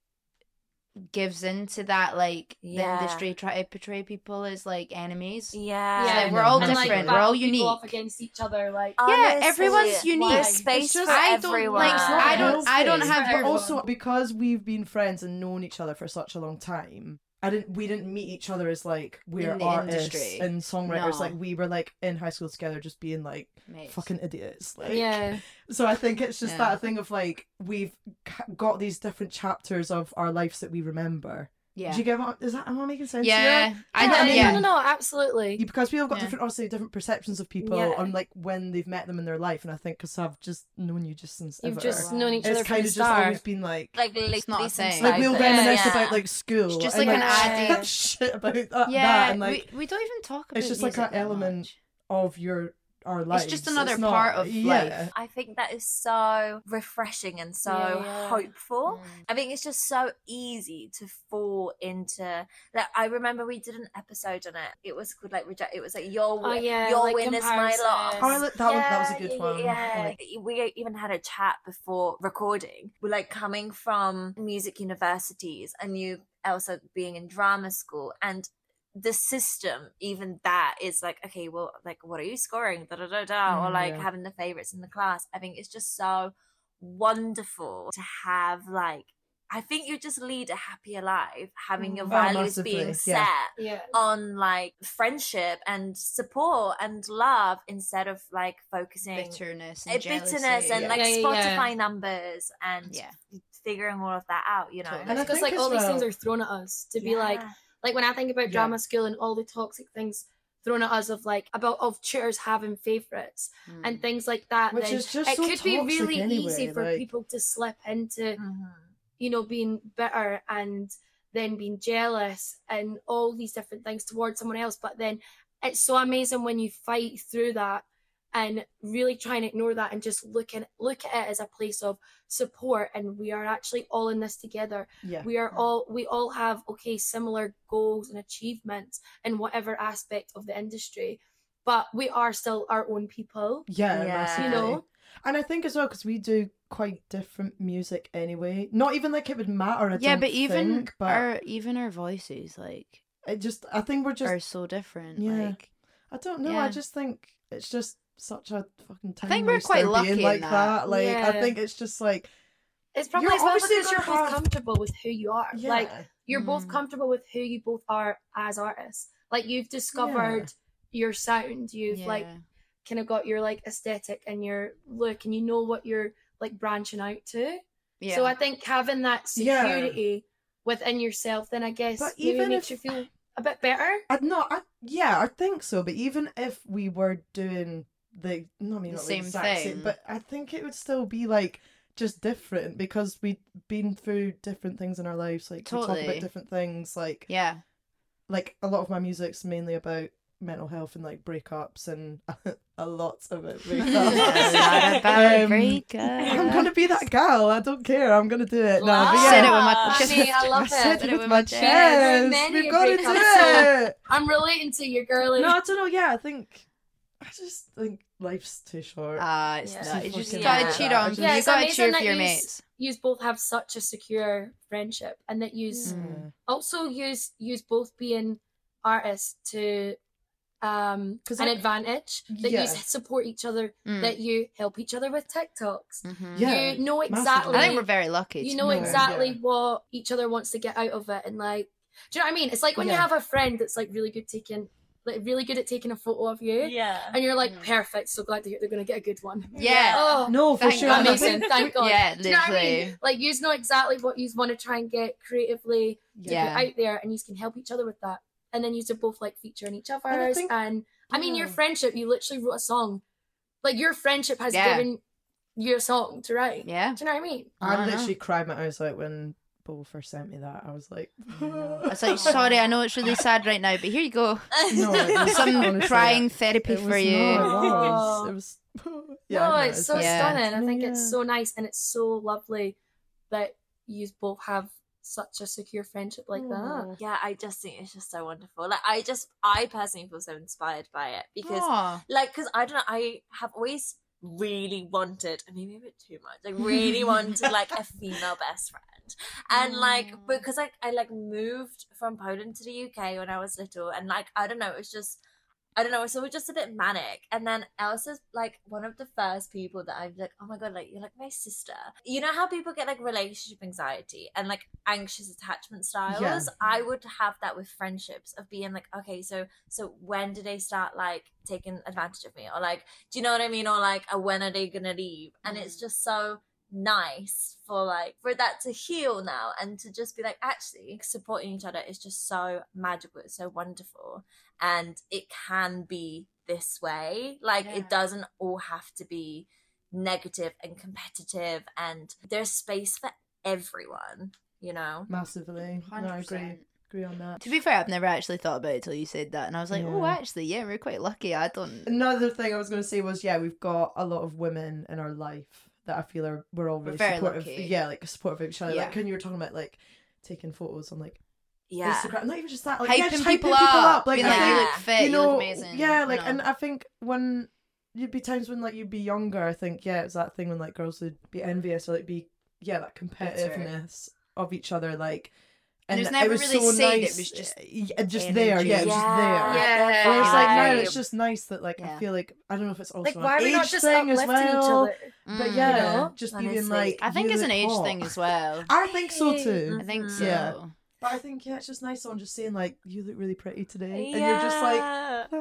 [SPEAKER 3] gives into that, like,
[SPEAKER 1] Yeah.
[SPEAKER 3] the industry try to portray people as like enemies.
[SPEAKER 1] Yeah.
[SPEAKER 3] Yeah,
[SPEAKER 4] we're all
[SPEAKER 2] and, like,
[SPEAKER 4] different,
[SPEAKER 3] we're all
[SPEAKER 2] battle people Off
[SPEAKER 3] unique.
[SPEAKER 2] against each other, like
[SPEAKER 3] Yeah,
[SPEAKER 1] Honestly,
[SPEAKER 3] everyone's unique.
[SPEAKER 1] There's
[SPEAKER 2] It's
[SPEAKER 1] space
[SPEAKER 4] just-
[SPEAKER 1] for
[SPEAKER 3] I don't
[SPEAKER 1] everyone.
[SPEAKER 3] like.
[SPEAKER 4] It's not
[SPEAKER 3] I don't. I don't
[SPEAKER 4] healthy.
[SPEAKER 3] have
[SPEAKER 2] But
[SPEAKER 3] your.
[SPEAKER 2] everyone.
[SPEAKER 4] Also, because we've been friends and known each other for such a long time, I didn't. We didn't meet each other as like we're
[SPEAKER 3] In the
[SPEAKER 4] artists
[SPEAKER 3] industry.
[SPEAKER 4] and songwriters.
[SPEAKER 3] No.
[SPEAKER 4] Like we were like in high school together, just being like
[SPEAKER 3] Mates.
[SPEAKER 4] fucking idiots. Like,
[SPEAKER 2] yeah,
[SPEAKER 4] So I think it's just
[SPEAKER 3] Yeah.
[SPEAKER 4] that thing of like we've ca- got these different chapters of our lives that we remember.
[SPEAKER 3] yeah.
[SPEAKER 4] Do you get what? Is that am I making sense? here?
[SPEAKER 3] yeah. I
[SPEAKER 4] Yeah, I
[SPEAKER 3] don't.
[SPEAKER 4] mean-
[SPEAKER 3] Yeah.
[SPEAKER 2] no, no, no, absolutely.
[SPEAKER 4] Yeah, because people have got
[SPEAKER 3] Yeah.
[SPEAKER 4] different, obviously, different perceptions of people
[SPEAKER 2] Yeah.
[SPEAKER 4] on like when they've met them in their life, and I think because I've just known you just since
[SPEAKER 2] You've
[SPEAKER 4] ever,
[SPEAKER 2] just
[SPEAKER 3] Wow.
[SPEAKER 2] known each other
[SPEAKER 4] it's
[SPEAKER 2] from
[SPEAKER 4] kind
[SPEAKER 2] the
[SPEAKER 4] of just
[SPEAKER 2] start.
[SPEAKER 4] always been like
[SPEAKER 1] Like,
[SPEAKER 3] It's not a
[SPEAKER 1] literally since
[SPEAKER 3] thing.
[SPEAKER 4] like
[SPEAKER 1] I
[SPEAKER 4] we'll
[SPEAKER 1] was-
[SPEAKER 4] reminisce
[SPEAKER 1] yeah.
[SPEAKER 4] about like school,
[SPEAKER 3] It's just
[SPEAKER 4] and,
[SPEAKER 3] like
[SPEAKER 1] an
[SPEAKER 4] chat
[SPEAKER 3] idea.
[SPEAKER 4] shit about that, that
[SPEAKER 3] Yeah,
[SPEAKER 4] and like
[SPEAKER 3] we, we don't even talk about
[SPEAKER 4] it's just like
[SPEAKER 3] music
[SPEAKER 4] that
[SPEAKER 3] that
[SPEAKER 4] element
[SPEAKER 3] much.
[SPEAKER 4] of your our lives.
[SPEAKER 3] just another
[SPEAKER 4] not-
[SPEAKER 3] part of
[SPEAKER 4] yeah.
[SPEAKER 3] life.
[SPEAKER 1] I think that is so refreshing and so
[SPEAKER 2] Yeah, yeah.
[SPEAKER 1] hopeful.
[SPEAKER 3] Mm.
[SPEAKER 1] I think it's just so easy to fall into like I remember we did an episode on it. It was called like reject it was like your
[SPEAKER 2] Oh,
[SPEAKER 1] win-
[SPEAKER 2] yeah,
[SPEAKER 1] your
[SPEAKER 2] like
[SPEAKER 1] win is my
[SPEAKER 2] comparison.
[SPEAKER 1] loss.
[SPEAKER 4] Oh, I li- that, was, that was a good
[SPEAKER 1] yeah,
[SPEAKER 4] one.
[SPEAKER 1] Yeah.
[SPEAKER 4] Like,
[SPEAKER 1] we even had a chat before recording. We're like coming from music universities and you also being in drama school and the system, even that is like, okay, well, like, what are you scoring? Da da da da. Or
[SPEAKER 4] Mm,
[SPEAKER 1] like
[SPEAKER 4] yeah.
[SPEAKER 1] having the favorites in the class. I think it's just so wonderful to have like, I think you just lead a happier life having your
[SPEAKER 4] Oh,
[SPEAKER 1] values
[SPEAKER 4] massively,
[SPEAKER 1] being set
[SPEAKER 4] yeah.
[SPEAKER 2] yeah,
[SPEAKER 1] on like friendship and support and love instead of like focusing
[SPEAKER 3] bitterness
[SPEAKER 1] uh,
[SPEAKER 3] and
[SPEAKER 1] bitterness
[SPEAKER 3] jealousy.
[SPEAKER 1] and
[SPEAKER 4] yeah.
[SPEAKER 1] like
[SPEAKER 2] Yeah, yeah, yeah.
[SPEAKER 1] Spotify numbers and
[SPEAKER 3] Yeah.
[SPEAKER 1] figuring all of that out, you know.
[SPEAKER 3] Totally.
[SPEAKER 2] and
[SPEAKER 4] I
[SPEAKER 2] because
[SPEAKER 4] think
[SPEAKER 2] like
[SPEAKER 4] as
[SPEAKER 2] all these things
[SPEAKER 4] well-
[SPEAKER 2] are thrown at us to be like,
[SPEAKER 1] Yeah.
[SPEAKER 2] like when I think about
[SPEAKER 4] Yeah.
[SPEAKER 2] drama school and all the toxic things thrown at us of like about of tutors having favorites
[SPEAKER 3] Mm.
[SPEAKER 2] and things like that,
[SPEAKER 4] Which
[SPEAKER 2] then
[SPEAKER 4] is just
[SPEAKER 2] it
[SPEAKER 4] so
[SPEAKER 2] could be
[SPEAKER 4] toxic
[SPEAKER 2] really
[SPEAKER 4] anyway,
[SPEAKER 2] easy for
[SPEAKER 4] like-
[SPEAKER 2] people to slip into
[SPEAKER 3] Mm-hmm.
[SPEAKER 1] Mhm.
[SPEAKER 2] you know being bitter and then being jealous and all these different things towards someone else but then it's so amazing when you fight through that and really try and ignore that and just look at look at it as a place of support and we are actually all in this together
[SPEAKER 4] yeah.
[SPEAKER 2] we are all we all have okay similar goals and achievements in whatever aspect of the industry but we are still our own people
[SPEAKER 4] Yeah,
[SPEAKER 1] Yeah.
[SPEAKER 4] massively.
[SPEAKER 2] you know
[SPEAKER 4] and I think as well because we do quite different music anyway. Not even like it would matter. I
[SPEAKER 3] yeah,
[SPEAKER 4] don't
[SPEAKER 3] but even
[SPEAKER 4] think, but
[SPEAKER 3] our even our voices like
[SPEAKER 4] it just I think we're just
[SPEAKER 3] are so different.
[SPEAKER 4] Yeah.
[SPEAKER 3] Like
[SPEAKER 4] I don't know. I
[SPEAKER 3] Yeah.
[SPEAKER 4] just think it's just such a fucking
[SPEAKER 3] I
[SPEAKER 4] time.
[SPEAKER 3] think we're
[SPEAKER 4] waster
[SPEAKER 3] quite
[SPEAKER 4] being
[SPEAKER 3] lucky in
[SPEAKER 4] like
[SPEAKER 3] that.
[SPEAKER 4] Like I
[SPEAKER 2] Yeah.
[SPEAKER 4] think it's just like
[SPEAKER 2] it's probably
[SPEAKER 4] You're-
[SPEAKER 2] as well
[SPEAKER 4] obviously it's
[SPEAKER 2] because you're
[SPEAKER 4] your
[SPEAKER 2] both
[SPEAKER 4] path.
[SPEAKER 2] comfortable with who you are
[SPEAKER 4] yeah.
[SPEAKER 2] like you're both
[SPEAKER 3] Mm.
[SPEAKER 2] comfortable with who you both are as artists. Like you've discovered your sound. You've like
[SPEAKER 3] yeah.
[SPEAKER 2] kind of got your like aesthetic and your look, and you know what you're like branching out to.
[SPEAKER 3] yeah.
[SPEAKER 2] So I think having that
[SPEAKER 4] Yeah.
[SPEAKER 2] security within yourself, then I guess
[SPEAKER 4] But
[SPEAKER 2] maybe
[SPEAKER 4] even
[SPEAKER 2] makes
[SPEAKER 4] if-
[SPEAKER 2] you feel a bit better.
[SPEAKER 4] I'd not. I, yeah, I think so. But even if we were doing the, no, I mean,
[SPEAKER 3] The
[SPEAKER 4] not
[SPEAKER 3] same
[SPEAKER 4] the exact
[SPEAKER 3] thing.
[SPEAKER 4] same, but I think it would still be like just different because we've been through different things in our lives. Like we talk
[SPEAKER 3] Totally.
[SPEAKER 4] about different things. Like
[SPEAKER 3] yeah.
[SPEAKER 4] like a lot of my music's mainly about mental health and like breakups and a lot of it.
[SPEAKER 3] Not about
[SPEAKER 4] Um,
[SPEAKER 3] breakup.
[SPEAKER 4] I'm gonna be that girl. I don't care. I'm gonna do it. No, but
[SPEAKER 2] Wow.
[SPEAKER 4] yeah,
[SPEAKER 3] Said it with my
[SPEAKER 1] Wow.
[SPEAKER 3] chest.
[SPEAKER 2] Honey, I love
[SPEAKER 4] I said
[SPEAKER 2] it.
[SPEAKER 4] it
[SPEAKER 3] Said
[SPEAKER 4] with my
[SPEAKER 3] chest.
[SPEAKER 2] There are
[SPEAKER 4] chest.
[SPEAKER 2] many
[SPEAKER 4] We've got to do
[SPEAKER 2] breakups.
[SPEAKER 4] it.
[SPEAKER 2] I'm relating to your girly.
[SPEAKER 4] No, I don't know. Yeah, I think I just think life's too short.
[SPEAKER 3] Ah, it's
[SPEAKER 2] Yeah.
[SPEAKER 3] not. You
[SPEAKER 4] It's
[SPEAKER 3] just
[SPEAKER 4] fucking
[SPEAKER 3] gotta
[SPEAKER 1] like
[SPEAKER 3] cheat
[SPEAKER 4] that.
[SPEAKER 3] on.
[SPEAKER 4] It's
[SPEAKER 3] people.
[SPEAKER 2] just-
[SPEAKER 3] you
[SPEAKER 2] It's
[SPEAKER 3] gotta
[SPEAKER 2] amazing
[SPEAKER 3] cheer
[SPEAKER 2] that
[SPEAKER 3] for your
[SPEAKER 2] you s-
[SPEAKER 3] mates.
[SPEAKER 2] You both have such a secure friendship, and that you
[SPEAKER 1] Mm.
[SPEAKER 2] also use use both being artists to um
[SPEAKER 4] 'Cause
[SPEAKER 2] an
[SPEAKER 4] I-
[SPEAKER 2] advantage that
[SPEAKER 4] Yeah.
[SPEAKER 2] you support each other
[SPEAKER 3] Mm.
[SPEAKER 2] that you help each other with tiktoks
[SPEAKER 3] Mhm.
[SPEAKER 4] Mm-hmm. Yeah.
[SPEAKER 2] you know
[SPEAKER 4] massively.
[SPEAKER 2] exactly
[SPEAKER 3] I think we're very lucky.
[SPEAKER 2] you
[SPEAKER 3] to
[SPEAKER 2] know
[SPEAKER 4] know.
[SPEAKER 2] exactly
[SPEAKER 4] Yeah.
[SPEAKER 2] what each other wants to get out of it and like do you know what i mean it's like when
[SPEAKER 4] Yeah.
[SPEAKER 2] you have a friend that's like really good taking like really good at taking a photo of you,
[SPEAKER 1] Yeah.
[SPEAKER 2] and you're like,
[SPEAKER 3] Mm.
[SPEAKER 2] perfect. So glad to hear they're gonna get a good one.
[SPEAKER 3] Yeah.
[SPEAKER 2] Oh,
[SPEAKER 4] No, for
[SPEAKER 3] Thank
[SPEAKER 4] sure.
[SPEAKER 3] God.
[SPEAKER 4] and I think-
[SPEAKER 2] amazing. Thank God.
[SPEAKER 3] Yeah,
[SPEAKER 2] Do you know what I mean?
[SPEAKER 3] literally.
[SPEAKER 2] Like you know exactly what you want to try and get creatively to
[SPEAKER 3] Yeah.
[SPEAKER 2] put out there, and you can help each other with that. And then you to both like feature in each
[SPEAKER 4] I
[SPEAKER 2] other's.
[SPEAKER 4] think-
[SPEAKER 2] And I mean, your
[SPEAKER 4] Yeah.
[SPEAKER 2] friendship, you literally wrote a song. Like your friendship has
[SPEAKER 3] Yeah.
[SPEAKER 2] given you a song to write.
[SPEAKER 3] Yeah.
[SPEAKER 2] Do you know what I mean?
[SPEAKER 4] I
[SPEAKER 3] I know.
[SPEAKER 4] literally cried my eyes out when Bo first sent me that. I was like,
[SPEAKER 3] I was like, sorry, I know it's really sad right now, but here you go.
[SPEAKER 4] No, it
[SPEAKER 3] Some
[SPEAKER 4] Honestly,
[SPEAKER 3] crying
[SPEAKER 4] it-
[SPEAKER 3] therapy
[SPEAKER 4] it
[SPEAKER 3] for
[SPEAKER 4] was
[SPEAKER 3] you.
[SPEAKER 4] not, it was-
[SPEAKER 2] Aw.
[SPEAKER 4] it was-
[SPEAKER 2] Yeah,
[SPEAKER 4] Yeah, I know,
[SPEAKER 2] Oh, it's so
[SPEAKER 4] really
[SPEAKER 3] Yeah.
[SPEAKER 4] sad.
[SPEAKER 2] stunning. I think
[SPEAKER 4] Yeah.
[SPEAKER 2] it's so nice and it's so lovely that you both have such a secure friendship like
[SPEAKER 4] Oh,
[SPEAKER 2] that.
[SPEAKER 1] Yeah, I just think it's just so wonderful. Like, I just, I personally feel so inspired by it because,
[SPEAKER 3] Aw.
[SPEAKER 1] like, because I don't know, I have always really wanted, and maybe a bit too much, like, really wanted, like, a female best friend. And, like,
[SPEAKER 3] Mm.
[SPEAKER 1] because I, I, like, moved from Poland to the UK when I was little, and, like, I don't know, it was just, I don't know, it's always just a bit manic. And then Elsa's like one of the first people that I'm like, oh my god, like you're like my sister. You know how people get like relationship anxiety and like anxious attachment styles?
[SPEAKER 4] Yeah.
[SPEAKER 1] I would have that with friendships of being like, okay, so so when do they start like taking advantage of me? Or like, do you know what I mean? Or like, uh, when are they gonna leave? And it's just so nice for like for that to heal now and to just be like actually supporting each other is just so magical it's so wonderful and it can be this way like
[SPEAKER 3] Yeah.
[SPEAKER 1] it doesn't all have to be negative and competitive and there's space for everyone you know
[SPEAKER 4] Massively. No, I agree.
[SPEAKER 3] 100%.
[SPEAKER 4] Agree on that.
[SPEAKER 3] To be fair, I've never actually thought about it till you said that, and I was like, "Oh,
[SPEAKER 4] Yeah.
[SPEAKER 3] actually, yeah, we're quite lucky." I don't.
[SPEAKER 4] Another thing I was going to say was, yeah, we've got a lot of women in our life that I feel are we're all
[SPEAKER 3] We're
[SPEAKER 4] really
[SPEAKER 3] very
[SPEAKER 4] supportive.
[SPEAKER 3] lucky.
[SPEAKER 4] Yeah, like supportive of each other.
[SPEAKER 3] Yeah.
[SPEAKER 4] Like when you were talking about like taking photos on like
[SPEAKER 1] yeah
[SPEAKER 4] Instagram, not even just that, like
[SPEAKER 3] hyping,
[SPEAKER 4] yeah, just
[SPEAKER 3] people, up,
[SPEAKER 4] Like,
[SPEAKER 3] being
[SPEAKER 4] I
[SPEAKER 3] like,
[SPEAKER 4] think-
[SPEAKER 3] "You
[SPEAKER 1] Yeah.
[SPEAKER 3] look fit, you, look amazing."
[SPEAKER 4] Yeah,
[SPEAKER 3] you
[SPEAKER 4] like,
[SPEAKER 3] know.
[SPEAKER 4] and I think when you'd be times when like you'd be younger, I think yeah, it's that thing when like girls would be envious or like be yeah, that
[SPEAKER 3] right.
[SPEAKER 4] competitiveness of each other, like.
[SPEAKER 3] And it was
[SPEAKER 4] it
[SPEAKER 3] never
[SPEAKER 4] was
[SPEAKER 3] really
[SPEAKER 4] so
[SPEAKER 3] said, it
[SPEAKER 4] nice. eh,
[SPEAKER 3] was just
[SPEAKER 4] yeah, just there, yeah, it was just
[SPEAKER 1] yeah,
[SPEAKER 4] there.
[SPEAKER 3] Yeah.
[SPEAKER 4] Whereas like now
[SPEAKER 1] Right.
[SPEAKER 4] it's just nice that like
[SPEAKER 3] Yeah.
[SPEAKER 4] I feel like I don't know if it's also
[SPEAKER 2] Like
[SPEAKER 4] an
[SPEAKER 2] why are we
[SPEAKER 4] age
[SPEAKER 2] not just
[SPEAKER 4] thing
[SPEAKER 2] uplifting
[SPEAKER 4] as well,
[SPEAKER 2] each other?
[SPEAKER 4] but
[SPEAKER 3] Mm.
[SPEAKER 4] yeah,
[SPEAKER 1] know?
[SPEAKER 4] just
[SPEAKER 1] Honestly.
[SPEAKER 4] being like
[SPEAKER 3] I think
[SPEAKER 4] you
[SPEAKER 3] it's an
[SPEAKER 4] look
[SPEAKER 3] age
[SPEAKER 4] hot.
[SPEAKER 3] thing as well.
[SPEAKER 4] I think so too.
[SPEAKER 3] I think so.
[SPEAKER 1] Yeah.
[SPEAKER 3] Yeah.
[SPEAKER 4] But I think yeah, it's just nice on just saying like you look really pretty today, and you're just like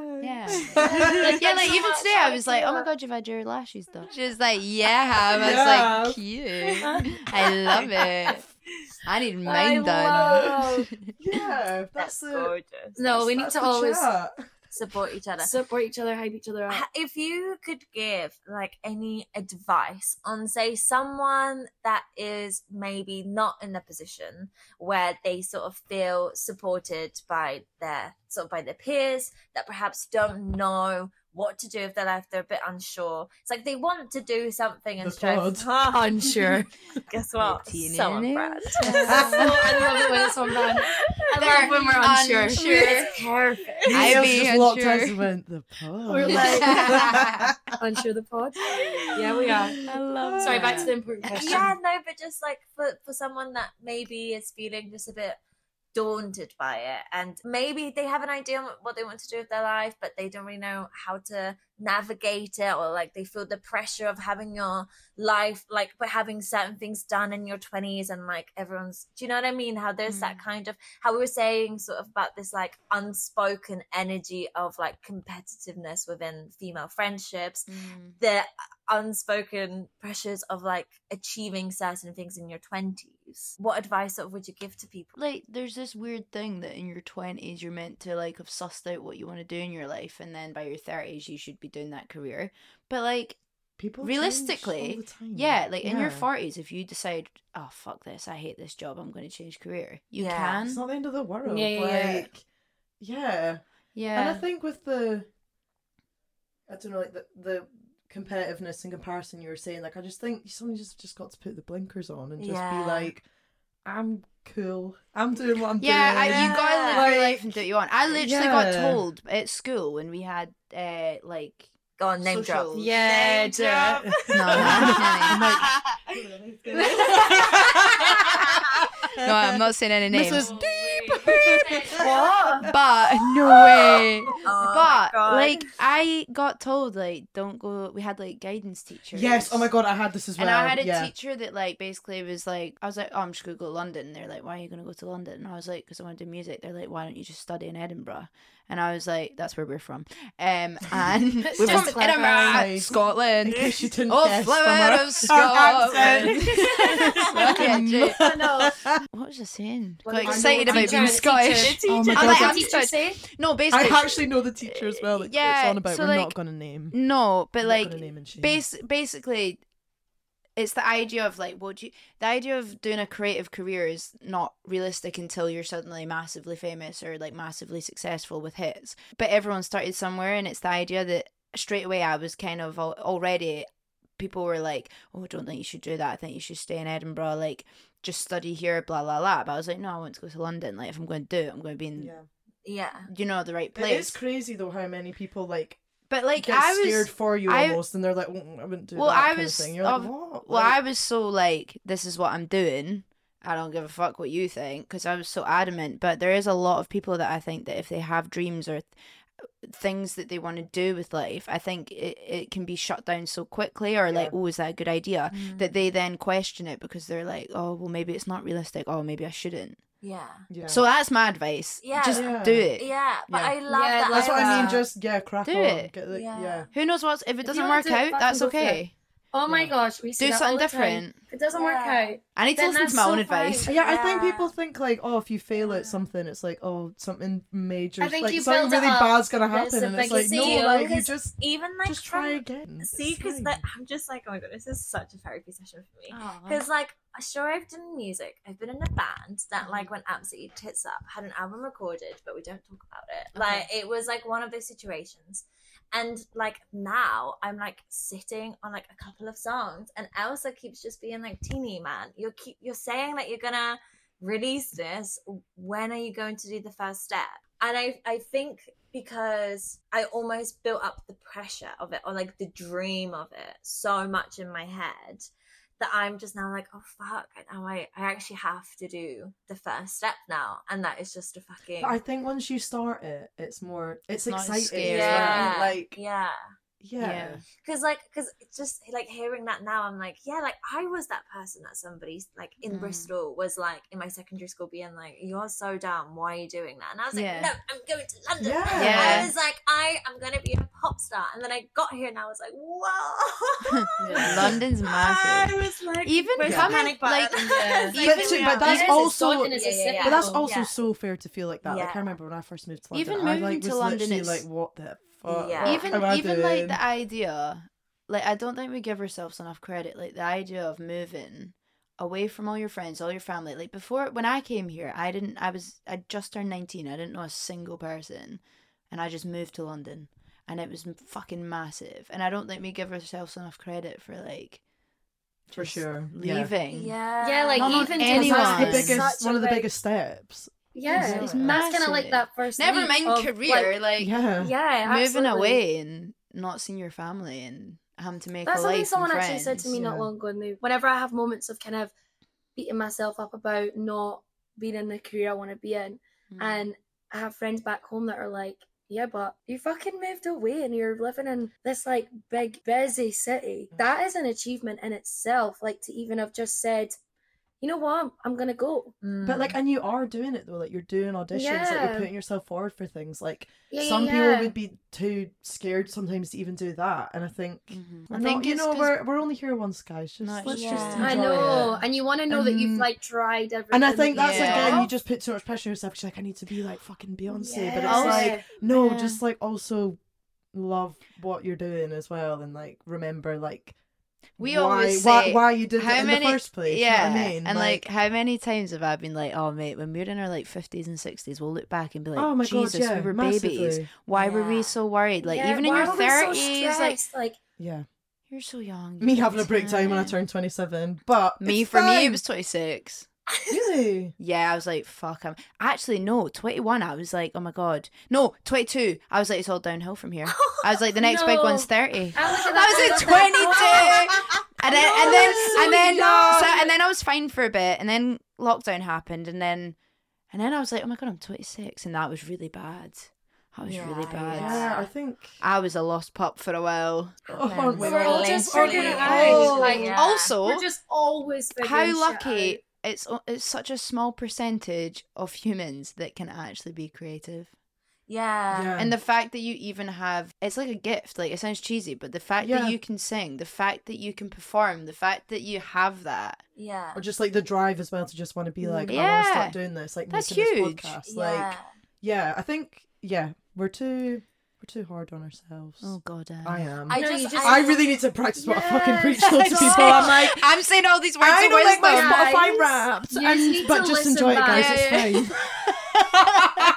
[SPEAKER 3] Yeah.
[SPEAKER 4] "Thanks."
[SPEAKER 3] Yeah,
[SPEAKER 2] Thanks
[SPEAKER 3] like
[SPEAKER 2] so
[SPEAKER 3] even
[SPEAKER 2] much.
[SPEAKER 3] today, I was like, "Oh my
[SPEAKER 2] Yeah.
[SPEAKER 3] god, you've had your lashes done." She was like, "Yeah," I was like, "Cute." I love it. I need mine done.
[SPEAKER 2] love-
[SPEAKER 4] yeah, that's the
[SPEAKER 1] gorgeous
[SPEAKER 2] No, we need
[SPEAKER 4] that's
[SPEAKER 2] to
[SPEAKER 4] the
[SPEAKER 2] always
[SPEAKER 4] chat.
[SPEAKER 1] support each other
[SPEAKER 2] support each other, hype each other up.
[SPEAKER 1] Ha- if you could give like any advice on say someone that is maybe not in a position where they sort of feel supported by their sort of by their peers that perhaps don't know what to do with their life they're a bit unsure it's like they want to do something and
[SPEAKER 4] The
[SPEAKER 1] try-
[SPEAKER 2] Unsure.
[SPEAKER 1] guess what
[SPEAKER 3] Eighteen
[SPEAKER 1] so on
[SPEAKER 3] innings.
[SPEAKER 1] brand
[SPEAKER 2] I love it when it's on brand. I love when we're unsure.
[SPEAKER 1] it's perfect
[SPEAKER 3] I
[SPEAKER 4] Neil's
[SPEAKER 3] be
[SPEAKER 4] just locked
[SPEAKER 3] unsure.
[SPEAKER 4] us and went the pod.
[SPEAKER 2] We're
[SPEAKER 3] like-
[SPEAKER 2] unsure the pod. Yeah, we are.
[SPEAKER 3] I love.
[SPEAKER 2] Sorry, back
[SPEAKER 3] that.
[SPEAKER 2] to the important question.
[SPEAKER 1] yeah no but just like for for someone that maybe is feeling just a bit daunted by it and maybe they have an idea on what they want to do with their life but they don't really know how to navigate it or like they feel the pressure of having your life like but having certain things done in your 20s and like everyone's do you know what i mean how there's that kind of how we were saying sort of about this like unspoken energy of like competitiveness within female friendships
[SPEAKER 3] Mm.
[SPEAKER 1] the unspoken pressures of like achieving certain things in your 20s what advice sort of would you give to people
[SPEAKER 3] like there's this weird thing that in your 20s you're meant to like have sussed out what you want to do in your life and then by your 30s you should be doing that career but like
[SPEAKER 4] People
[SPEAKER 3] Realistically,
[SPEAKER 4] change all the time.
[SPEAKER 3] yeah like in your
[SPEAKER 4] Mm, Yeah.
[SPEAKER 3] 40s if you decide oh fuck this i hate this job i'm going to change career you
[SPEAKER 1] Yeah.
[SPEAKER 3] can
[SPEAKER 4] It's not the end of the world.
[SPEAKER 2] Yeah, yeah, yeah.
[SPEAKER 4] like, yeah. And I
[SPEAKER 3] yeah
[SPEAKER 4] think with the, I don't know, like the, the competitiveness and comparison you were saying, like I just think somebody just just got to put the blinkers on and just
[SPEAKER 1] Yeah.
[SPEAKER 4] be like, I'm cool. I'm doing what I'm
[SPEAKER 3] yeah,
[SPEAKER 4] doing.
[SPEAKER 3] I, you gotta live your
[SPEAKER 4] Like,
[SPEAKER 3] life and do what you want. I literally got
[SPEAKER 4] yeah.
[SPEAKER 3] told at school when we had uh like
[SPEAKER 1] go on name drop
[SPEAKER 3] Social.
[SPEAKER 2] Yeah, do it.
[SPEAKER 3] no, no, I'm not
[SPEAKER 4] Like,
[SPEAKER 3] saying any- no, I'm not saying any names.
[SPEAKER 4] Mrs. Deep.
[SPEAKER 2] Oh What?
[SPEAKER 3] But no way.
[SPEAKER 1] Oh my
[SPEAKER 3] but
[SPEAKER 1] God.
[SPEAKER 3] like I got told like don't go we had like guidance teachers.
[SPEAKER 4] Yes. Oh my god, I had this as well.
[SPEAKER 3] And I had a
[SPEAKER 4] yeah.
[SPEAKER 3] teacher that like basically was like, I was like, oh, I'm just gonna go to London. They're like, why are you gonna go to London? And I was like, because I want to do music. They're like, why don't you just study in Edinburgh? And I was like, that's where we're from. Um, and
[SPEAKER 2] It's
[SPEAKER 3] we're
[SPEAKER 2] just
[SPEAKER 3] from
[SPEAKER 2] clever.
[SPEAKER 3] Edinburgh,
[SPEAKER 4] In
[SPEAKER 3] Scotland.
[SPEAKER 4] case you didn't
[SPEAKER 3] Oh,
[SPEAKER 4] guess
[SPEAKER 3] flower
[SPEAKER 4] from our-
[SPEAKER 3] out of Scotland.
[SPEAKER 4] accent.
[SPEAKER 3] Yeah,
[SPEAKER 2] I know.
[SPEAKER 3] what was I saying?
[SPEAKER 2] Well,
[SPEAKER 3] Got
[SPEAKER 2] I know
[SPEAKER 3] excited
[SPEAKER 2] what
[SPEAKER 3] about
[SPEAKER 2] teacher
[SPEAKER 3] being
[SPEAKER 2] is
[SPEAKER 3] Scottish.
[SPEAKER 4] Oh my
[SPEAKER 3] I'm
[SPEAKER 4] god.
[SPEAKER 3] like,
[SPEAKER 4] that-
[SPEAKER 3] I'm sorry.
[SPEAKER 2] say?
[SPEAKER 3] No, basically,
[SPEAKER 4] I actually know the teacher as well. Like, yeah,
[SPEAKER 3] Yeah,
[SPEAKER 4] it's on about.
[SPEAKER 3] so,
[SPEAKER 4] We're
[SPEAKER 3] like,
[SPEAKER 4] not gonna name.
[SPEAKER 3] no, but
[SPEAKER 4] We're not
[SPEAKER 3] like,
[SPEAKER 4] gonna name and shame.
[SPEAKER 3] bas- basically it's the idea of like what do you the idea of doing a creative career is not realistic until you're suddenly massively famous or like massively successful with hits but everyone started somewhere and it's the idea that straight away i was kind of al- already people were like oh i don't think you should do that i think you should stay in edinburgh like just study here blah blah blah but i was like no i want to go to london like if i'm going to do it i'm going to be in
[SPEAKER 4] Yeah.
[SPEAKER 1] yeah.
[SPEAKER 3] you know the right
[SPEAKER 4] It
[SPEAKER 3] place
[SPEAKER 4] is crazy though how many people like
[SPEAKER 3] but like
[SPEAKER 4] get
[SPEAKER 3] i was
[SPEAKER 4] scared for you
[SPEAKER 3] I-
[SPEAKER 4] almost, and they're like, "Mm, I wouldn't do
[SPEAKER 3] Well,
[SPEAKER 4] that
[SPEAKER 3] I
[SPEAKER 4] kind
[SPEAKER 3] was
[SPEAKER 4] of thing. You're like,
[SPEAKER 3] of-
[SPEAKER 4] what?
[SPEAKER 3] Well,
[SPEAKER 4] Like-
[SPEAKER 3] I was so like, this is what I'm doing. I don't give a fuck what you think because I was so adamant. But there is a lot of people that I think that if they have dreams or th- things that they want to do with life, I think it, it can be shut down so quickly or like, oh, is that a good idea?
[SPEAKER 1] Mm.
[SPEAKER 3] That they then question it because they're like, oh, well, maybe it's not realistic. Oh, maybe I shouldn't.
[SPEAKER 1] yeah.
[SPEAKER 4] yeah.
[SPEAKER 3] So that's my advice.
[SPEAKER 1] Yeah.
[SPEAKER 3] Just
[SPEAKER 4] Yeah.
[SPEAKER 3] do it.
[SPEAKER 1] Yeah, but
[SPEAKER 4] Yeah.
[SPEAKER 1] I love
[SPEAKER 2] Yeah,
[SPEAKER 1] that.
[SPEAKER 2] that's
[SPEAKER 4] that's what I mean.
[SPEAKER 2] Yeah.
[SPEAKER 4] Just yeah, crack
[SPEAKER 3] Do
[SPEAKER 4] on.
[SPEAKER 3] it.
[SPEAKER 4] Get the-
[SPEAKER 1] Yeah.
[SPEAKER 4] yeah.
[SPEAKER 3] Who knows what's, if it
[SPEAKER 2] you
[SPEAKER 3] doesn't
[SPEAKER 2] wanna
[SPEAKER 3] work
[SPEAKER 2] do it,
[SPEAKER 3] out,
[SPEAKER 2] fucking
[SPEAKER 3] that's
[SPEAKER 2] go for it.
[SPEAKER 3] okay.
[SPEAKER 2] Oh my
[SPEAKER 4] Yeah.
[SPEAKER 2] gosh, we see
[SPEAKER 3] Do
[SPEAKER 2] that all
[SPEAKER 3] something
[SPEAKER 2] the time.
[SPEAKER 3] different.
[SPEAKER 2] If it doesn't
[SPEAKER 1] Yeah.
[SPEAKER 2] work out.
[SPEAKER 3] I need to
[SPEAKER 2] Then
[SPEAKER 3] listen
[SPEAKER 2] that's
[SPEAKER 3] to my
[SPEAKER 2] so
[SPEAKER 3] own
[SPEAKER 2] fine.
[SPEAKER 3] advice.
[SPEAKER 4] Yeah, I think
[SPEAKER 1] Yeah.
[SPEAKER 4] people think like, oh, if you fail at something, it's like, oh, something major,
[SPEAKER 2] I think
[SPEAKER 4] like
[SPEAKER 2] you
[SPEAKER 4] something
[SPEAKER 2] build it
[SPEAKER 4] really
[SPEAKER 2] up.
[SPEAKER 4] bad's gonna
[SPEAKER 2] That's
[SPEAKER 4] happen,
[SPEAKER 2] the
[SPEAKER 4] and it's like,
[SPEAKER 2] biggest
[SPEAKER 4] no,
[SPEAKER 2] deal.
[SPEAKER 4] like you
[SPEAKER 1] Because
[SPEAKER 4] just
[SPEAKER 1] Even like
[SPEAKER 4] just try
[SPEAKER 1] from-
[SPEAKER 4] again.
[SPEAKER 1] See,
[SPEAKER 4] It's
[SPEAKER 1] because
[SPEAKER 4] fine.
[SPEAKER 1] like, I'm just like, oh my god, this is such a therapy session for me.
[SPEAKER 3] Uh-huh.
[SPEAKER 1] Because like, sure, I've done music. I've been in a band that like went absolutely tits up. Had an album recorded, but we don't talk about it.
[SPEAKER 3] Okay.
[SPEAKER 1] Like, it was like one of those situations. And like now, I'm like sitting on like a couple of songs, and Elsa keeps just being like, "Teeny man, you're keep you're saying that you're gonna release this. When are you going to do the first step?" And I I think because I almost built up the pressure of it or like the dream of it so much in my head that I'm just now like, oh fuck, I now I, I actually have to do the first step now. And that is just a fucking
[SPEAKER 4] But I think once you start it, it's more, it's,
[SPEAKER 3] not as
[SPEAKER 4] exciting.
[SPEAKER 3] scary.
[SPEAKER 4] Yeah.
[SPEAKER 1] yeah,
[SPEAKER 4] Like, yeah.
[SPEAKER 1] yeah, because like, because just like hearing that now, I'm like, yeah, like I was that person that somebody like in
[SPEAKER 3] Mm.
[SPEAKER 1] Bristol was like in my secondary school being like, you're so dumb, why are you doing that? And I was like,
[SPEAKER 3] Yeah.
[SPEAKER 1] no, I'm going to London.
[SPEAKER 4] Yeah.
[SPEAKER 3] Yeah.
[SPEAKER 1] I was like, I am gonna be a pop star, and then I got here and I was like, whoa.
[SPEAKER 4] Yeah.
[SPEAKER 3] London's massive.
[SPEAKER 1] I was like,
[SPEAKER 3] Even
[SPEAKER 1] where's the
[SPEAKER 3] coming,
[SPEAKER 1] panic button?
[SPEAKER 3] like,
[SPEAKER 2] yeah.
[SPEAKER 1] I was
[SPEAKER 4] But,
[SPEAKER 1] like,
[SPEAKER 4] to-
[SPEAKER 1] yeah.
[SPEAKER 4] but that's
[SPEAKER 2] Yes, it's
[SPEAKER 4] also,
[SPEAKER 2] daunting as
[SPEAKER 1] Yeah,
[SPEAKER 2] a
[SPEAKER 1] yeah,
[SPEAKER 2] symbol.
[SPEAKER 1] yeah.
[SPEAKER 4] but that's
[SPEAKER 1] Yeah.
[SPEAKER 4] also so fair to feel like that. Like I
[SPEAKER 1] Yeah.
[SPEAKER 4] remember when I first moved to London,
[SPEAKER 3] Even
[SPEAKER 4] I
[SPEAKER 3] moving
[SPEAKER 4] like
[SPEAKER 3] to
[SPEAKER 4] was
[SPEAKER 3] London,
[SPEAKER 4] literally
[SPEAKER 3] it's-
[SPEAKER 4] like, what the fuck?
[SPEAKER 1] Yeah.
[SPEAKER 4] What
[SPEAKER 3] even
[SPEAKER 4] am I
[SPEAKER 3] even like
[SPEAKER 4] doing?
[SPEAKER 3] the idea like i don't think we give ourselves enough credit like the idea of moving away from all your friends all your family like before when i came here i didn't i was i just turned 19 i didn't know a single person and i just moved to london and it was m- fucking massive and i don't think we give ourselves enough credit for like
[SPEAKER 4] For
[SPEAKER 3] just
[SPEAKER 4] sure, yeah.
[SPEAKER 3] leaving
[SPEAKER 1] Yeah.
[SPEAKER 2] Yeah, like
[SPEAKER 3] Not on
[SPEAKER 2] even
[SPEAKER 4] Because that's the
[SPEAKER 3] anyone.
[SPEAKER 4] biggest,
[SPEAKER 2] Such
[SPEAKER 4] one
[SPEAKER 2] a
[SPEAKER 4] of the
[SPEAKER 2] big-
[SPEAKER 4] biggest steps.
[SPEAKER 2] Yeah, that's
[SPEAKER 4] It's
[SPEAKER 2] kind of
[SPEAKER 3] massive.
[SPEAKER 2] like that first.
[SPEAKER 3] never
[SPEAKER 2] leap
[SPEAKER 3] mind
[SPEAKER 2] of,
[SPEAKER 3] career like,
[SPEAKER 4] Yeah.
[SPEAKER 2] Like, yeah,
[SPEAKER 3] moving
[SPEAKER 2] absolutely.
[SPEAKER 3] away and not seeing your family and having to make
[SPEAKER 2] That's
[SPEAKER 3] a life
[SPEAKER 2] something someone
[SPEAKER 3] and
[SPEAKER 2] actually said
[SPEAKER 3] friends.
[SPEAKER 2] to me not
[SPEAKER 4] yeah.
[SPEAKER 2] long ago. Now, whenever I have moments of kind of beating myself up about not being in the career I want to be in,
[SPEAKER 3] Mm.
[SPEAKER 2] and I have friends back home that are like, "Yeah, but you fucking moved away and you're living in this like big busy city.
[SPEAKER 4] Mm.
[SPEAKER 2] That is an achievement in itself. Like to even have just said, you know what, I'm gonna go.
[SPEAKER 4] But like, and you are doing it though. Like you're doing auditions. Like you're
[SPEAKER 2] Yeah.
[SPEAKER 4] putting yourself forward for things. Like
[SPEAKER 2] Yeah, yeah,
[SPEAKER 4] some
[SPEAKER 2] yeah.
[SPEAKER 4] people would be too scared sometimes to even do that. And I think,
[SPEAKER 3] Mhm.
[SPEAKER 4] I think you
[SPEAKER 3] it's
[SPEAKER 4] know
[SPEAKER 3] 'cause-
[SPEAKER 4] we're we're only here once, guys. Just
[SPEAKER 3] Not
[SPEAKER 4] let's
[SPEAKER 1] yet.
[SPEAKER 4] just enjoy
[SPEAKER 2] I know,
[SPEAKER 4] it.
[SPEAKER 2] and you want to know that
[SPEAKER 4] Um,
[SPEAKER 2] you've like tried everything.
[SPEAKER 4] And I
[SPEAKER 2] that
[SPEAKER 4] think that's
[SPEAKER 3] Yeah.
[SPEAKER 4] again, you just put so much pressure on yourself. 'cause You're like, I need to be like fucking Beyonce, but
[SPEAKER 3] Yeah.
[SPEAKER 4] it's
[SPEAKER 2] Oh,
[SPEAKER 4] like, no,
[SPEAKER 3] Oh, Yeah.
[SPEAKER 4] just like also love what you're doing as well, and like remember like
[SPEAKER 3] we
[SPEAKER 4] why,
[SPEAKER 3] always
[SPEAKER 4] why
[SPEAKER 3] say,
[SPEAKER 4] why you did
[SPEAKER 3] how
[SPEAKER 4] it in
[SPEAKER 3] many-
[SPEAKER 4] the first place. you know what
[SPEAKER 3] yeah,
[SPEAKER 4] I mean,
[SPEAKER 3] and like, how many times have I been like, oh mate, when we're in our like fifties and sixties, we'll look back and be like,
[SPEAKER 4] oh my
[SPEAKER 3] Jesus,
[SPEAKER 4] god, yeah,
[SPEAKER 3] we were babies.
[SPEAKER 4] massively.
[SPEAKER 3] Why were
[SPEAKER 1] Yeah.
[SPEAKER 3] we so worried? Like
[SPEAKER 2] Yeah,
[SPEAKER 3] even in
[SPEAKER 2] why
[SPEAKER 3] your
[SPEAKER 2] are we so
[SPEAKER 3] thirties, like
[SPEAKER 2] stressed? like
[SPEAKER 4] Yeah,
[SPEAKER 3] you're so young. you
[SPEAKER 4] me
[SPEAKER 3] don't
[SPEAKER 4] having a
[SPEAKER 3] have
[SPEAKER 4] breakdown when I
[SPEAKER 3] time."
[SPEAKER 4] turned 27, but
[SPEAKER 3] Me
[SPEAKER 4] it's
[SPEAKER 3] for me, it
[SPEAKER 4] fine.
[SPEAKER 3] was twenty six.
[SPEAKER 4] really.
[SPEAKER 3] Yeah, I was like, fuck, I'm actually no, 21. I was like, oh my god, no, 22. I was like, it's all downhill from here. I was like, the next big
[SPEAKER 2] No.
[SPEAKER 3] one's 30.
[SPEAKER 2] I was,
[SPEAKER 3] I was like 22. And then, and then,
[SPEAKER 4] Oh, that's so
[SPEAKER 3] and then, so,
[SPEAKER 4] young.
[SPEAKER 3] and then I was fine for a bit, and then lockdown happened, and then And then I was like, oh my god, I'm 26, and that was really bad. That was really
[SPEAKER 1] Right.
[SPEAKER 3] bad.
[SPEAKER 4] Yeah, I think.
[SPEAKER 3] I was a lost pup for a while.
[SPEAKER 4] Oh, aren't we
[SPEAKER 2] We're all
[SPEAKER 4] all?
[SPEAKER 2] just
[SPEAKER 1] Literally
[SPEAKER 2] figuring it
[SPEAKER 4] Oh.
[SPEAKER 1] all-
[SPEAKER 2] out. Like,
[SPEAKER 1] yeah.
[SPEAKER 3] Also,
[SPEAKER 2] We're just always figuring
[SPEAKER 3] how
[SPEAKER 2] shit
[SPEAKER 3] lucky it's o- it's such a small percentage of humans that can actually be creative.
[SPEAKER 1] Yeah.
[SPEAKER 4] Yeah.
[SPEAKER 3] And the fact that you even have it's like a gift. Like it sounds cheesy, but the fact
[SPEAKER 4] Yeah.
[SPEAKER 3] that you can sing, the fact that you can perform, the fact that you have that.
[SPEAKER 1] Yeah.
[SPEAKER 4] or just like the drive as well to just want to be like, I want
[SPEAKER 3] Yeah.
[SPEAKER 4] to start doing this, like
[SPEAKER 3] That's
[SPEAKER 4] making
[SPEAKER 3] huge.
[SPEAKER 4] this podcast.
[SPEAKER 1] yeah.
[SPEAKER 4] Like, yeah, I think yeah, we're too we're too hard on ourselves.
[SPEAKER 3] god.
[SPEAKER 4] I am.
[SPEAKER 1] I
[SPEAKER 4] I,
[SPEAKER 2] No,
[SPEAKER 1] just,
[SPEAKER 2] you just-
[SPEAKER 4] really need to practice what I fucking
[SPEAKER 2] Yeah.
[SPEAKER 4] preach though to
[SPEAKER 3] I'm
[SPEAKER 4] people. I'm like,
[SPEAKER 3] I'm saying all these words
[SPEAKER 4] I
[SPEAKER 3] of
[SPEAKER 4] don't like my
[SPEAKER 3] wisdom.
[SPEAKER 2] Guys,
[SPEAKER 4] Spotify raps,
[SPEAKER 2] you
[SPEAKER 4] and-
[SPEAKER 2] need
[SPEAKER 4] but
[SPEAKER 2] to
[SPEAKER 4] just
[SPEAKER 2] listen
[SPEAKER 4] enjoy it, guys.
[SPEAKER 2] back.
[SPEAKER 3] Yeah, yeah.
[SPEAKER 4] It's fine.
[SPEAKER 2] out.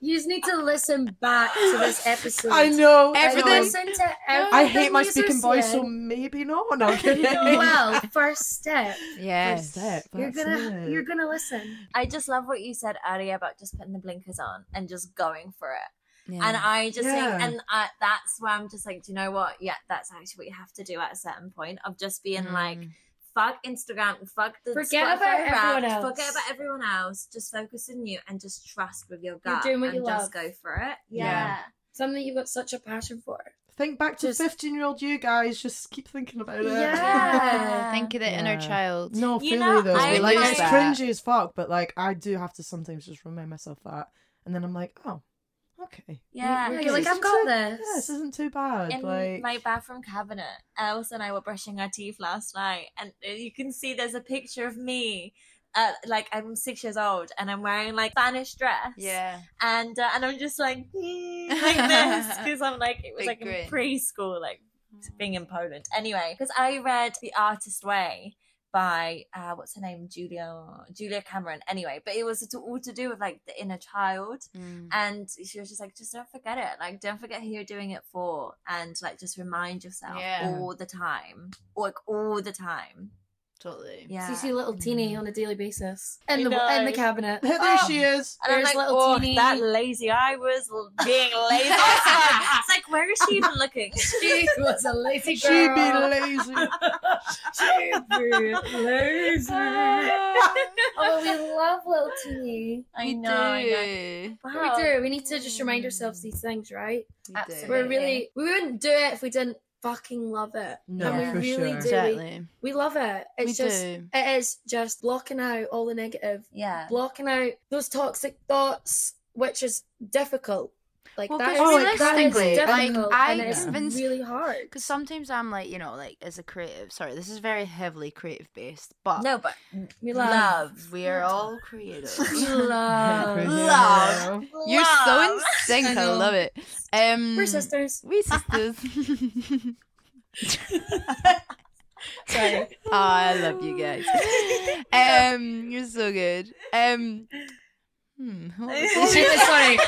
[SPEAKER 2] You just need to listen back to this episode.
[SPEAKER 4] I know. I
[SPEAKER 3] Everything-
[SPEAKER 4] know.
[SPEAKER 2] Listen to everything
[SPEAKER 4] I hate my
[SPEAKER 2] you
[SPEAKER 4] speaking
[SPEAKER 2] just
[SPEAKER 4] voice,
[SPEAKER 2] said.
[SPEAKER 4] so maybe not. No, I'm kidding.
[SPEAKER 2] well, first step.
[SPEAKER 3] yes.
[SPEAKER 4] First step,
[SPEAKER 2] You're
[SPEAKER 4] that's
[SPEAKER 2] gonna
[SPEAKER 4] it.
[SPEAKER 2] you're gonna listen.
[SPEAKER 1] I just love what you said earlier about just putting the blinkers on and just going for it.
[SPEAKER 3] Yeah.
[SPEAKER 1] And I just think,
[SPEAKER 4] Yeah.
[SPEAKER 1] and I, that's where I'm just like, do you know what? Yeah, that's actually what you have to do at a certain point of just being like,
[SPEAKER 3] Mm.
[SPEAKER 1] fuck Instagram, fuck the
[SPEAKER 2] Forget
[SPEAKER 1] Spotify
[SPEAKER 2] about
[SPEAKER 1] Wrapped,
[SPEAKER 2] everyone
[SPEAKER 1] forget
[SPEAKER 2] else.
[SPEAKER 1] about everyone else. Just focus on you and just trust with your gut
[SPEAKER 2] doing what
[SPEAKER 1] and
[SPEAKER 2] you
[SPEAKER 1] just
[SPEAKER 2] love.
[SPEAKER 1] go for it.
[SPEAKER 4] Yeah.
[SPEAKER 1] Yeah,
[SPEAKER 2] Something you've got such a passion for.
[SPEAKER 4] Think back to
[SPEAKER 2] Just-
[SPEAKER 4] fifteen-year-old you guys. Just keep thinking about it.
[SPEAKER 2] Yeah.
[SPEAKER 3] Think of the inner
[SPEAKER 4] Yeah.
[SPEAKER 3] child.
[SPEAKER 4] No,
[SPEAKER 1] You
[SPEAKER 4] fully
[SPEAKER 1] know,
[SPEAKER 4] though.
[SPEAKER 1] I
[SPEAKER 4] like
[SPEAKER 3] like
[SPEAKER 4] it's
[SPEAKER 3] that.
[SPEAKER 4] cringy as fuck, but like I do have to sometimes just remind myself that, and then I'm like, oh, okay.
[SPEAKER 1] Yeah.
[SPEAKER 4] Mm,
[SPEAKER 1] Yeah,
[SPEAKER 4] mm,
[SPEAKER 1] you're
[SPEAKER 4] this
[SPEAKER 1] like,
[SPEAKER 2] I've
[SPEAKER 4] isn't
[SPEAKER 2] got
[SPEAKER 4] too-
[SPEAKER 2] this.
[SPEAKER 4] Yeah, this isn't too bad.
[SPEAKER 1] In
[SPEAKER 4] like
[SPEAKER 1] my bathroom cabinet, Elsa and I were brushing our teeth last night, and uh, you can see there's a picture of me. Uh, like I'm six years old, and I'm wearing like Spanish dress.
[SPEAKER 3] Yeah.
[SPEAKER 1] and uh, and I'm just like "Mm," like this because I'm like it was
[SPEAKER 3] Big
[SPEAKER 1] like
[SPEAKER 3] grin. Mm.
[SPEAKER 1] in preschool, like being in Poland. Anyway, because I read The Artist Way by uh, what's her name, Julia Julia Cameron. Anyway, but it was to, all to do with like the inner child,
[SPEAKER 3] Mm.
[SPEAKER 1] and she was just like, just don't forget it, like don't forget who you're doing it for, and like just remind yourself
[SPEAKER 3] Yeah.
[SPEAKER 1] all the time, like all the time.
[SPEAKER 3] Totally.
[SPEAKER 1] Yeah.
[SPEAKER 2] So you see little
[SPEAKER 4] Mm.
[SPEAKER 2] teeny on a daily basis. In
[SPEAKER 1] I
[SPEAKER 2] the in the
[SPEAKER 1] know.
[SPEAKER 2] cabinet.
[SPEAKER 4] there she is.
[SPEAKER 1] And I'm
[SPEAKER 2] There's
[SPEAKER 1] like,
[SPEAKER 2] little
[SPEAKER 1] oh,
[SPEAKER 2] teeny-
[SPEAKER 1] that lazy eye was being lazy. it's like, where is she even looking?
[SPEAKER 2] She was a lazy
[SPEAKER 4] She
[SPEAKER 2] girl.
[SPEAKER 4] be lazy.
[SPEAKER 2] She be lazy. Oh, we love little teeny.
[SPEAKER 1] I
[SPEAKER 3] We
[SPEAKER 1] know. I know.
[SPEAKER 3] do.
[SPEAKER 1] Wow.
[SPEAKER 2] We do. We need to just remind ourselves these things, right?
[SPEAKER 3] We do.
[SPEAKER 1] Absolutely.
[SPEAKER 2] We're really we wouldn't do it if we didn't fucking love it.
[SPEAKER 4] No,
[SPEAKER 1] And
[SPEAKER 4] for
[SPEAKER 2] we really
[SPEAKER 4] sure.
[SPEAKER 2] do.
[SPEAKER 3] Exactly.
[SPEAKER 2] We love it. It's
[SPEAKER 3] we
[SPEAKER 2] just
[SPEAKER 3] do.
[SPEAKER 2] it is just blocking out all the negative,
[SPEAKER 1] Yeah.
[SPEAKER 2] blocking out those toxic thoughts, which is difficult. Like
[SPEAKER 3] Well,
[SPEAKER 2] that, is,
[SPEAKER 3] 'cause
[SPEAKER 2] that is
[SPEAKER 3] realistically,
[SPEAKER 2] difficult,
[SPEAKER 3] like, I
[SPEAKER 2] Oh, and it's
[SPEAKER 3] even-
[SPEAKER 2] really hard.
[SPEAKER 3] Because sometimes I'm like, you know, like as a creative. Sorry, this is very heavily creative based, but
[SPEAKER 1] No, but
[SPEAKER 2] Uh, We love,
[SPEAKER 1] love.
[SPEAKER 3] we're all creative.
[SPEAKER 2] We love.
[SPEAKER 3] Love. You're so in
[SPEAKER 1] Love.
[SPEAKER 3] sync.
[SPEAKER 2] I
[SPEAKER 3] I,
[SPEAKER 2] know.
[SPEAKER 3] love it. Um,
[SPEAKER 2] We're sisters.
[SPEAKER 3] We sisters.
[SPEAKER 2] Sorry.
[SPEAKER 3] Oh, I love you guys. Um, you're so good. Um, hmm, what was it?
[SPEAKER 2] Sorry,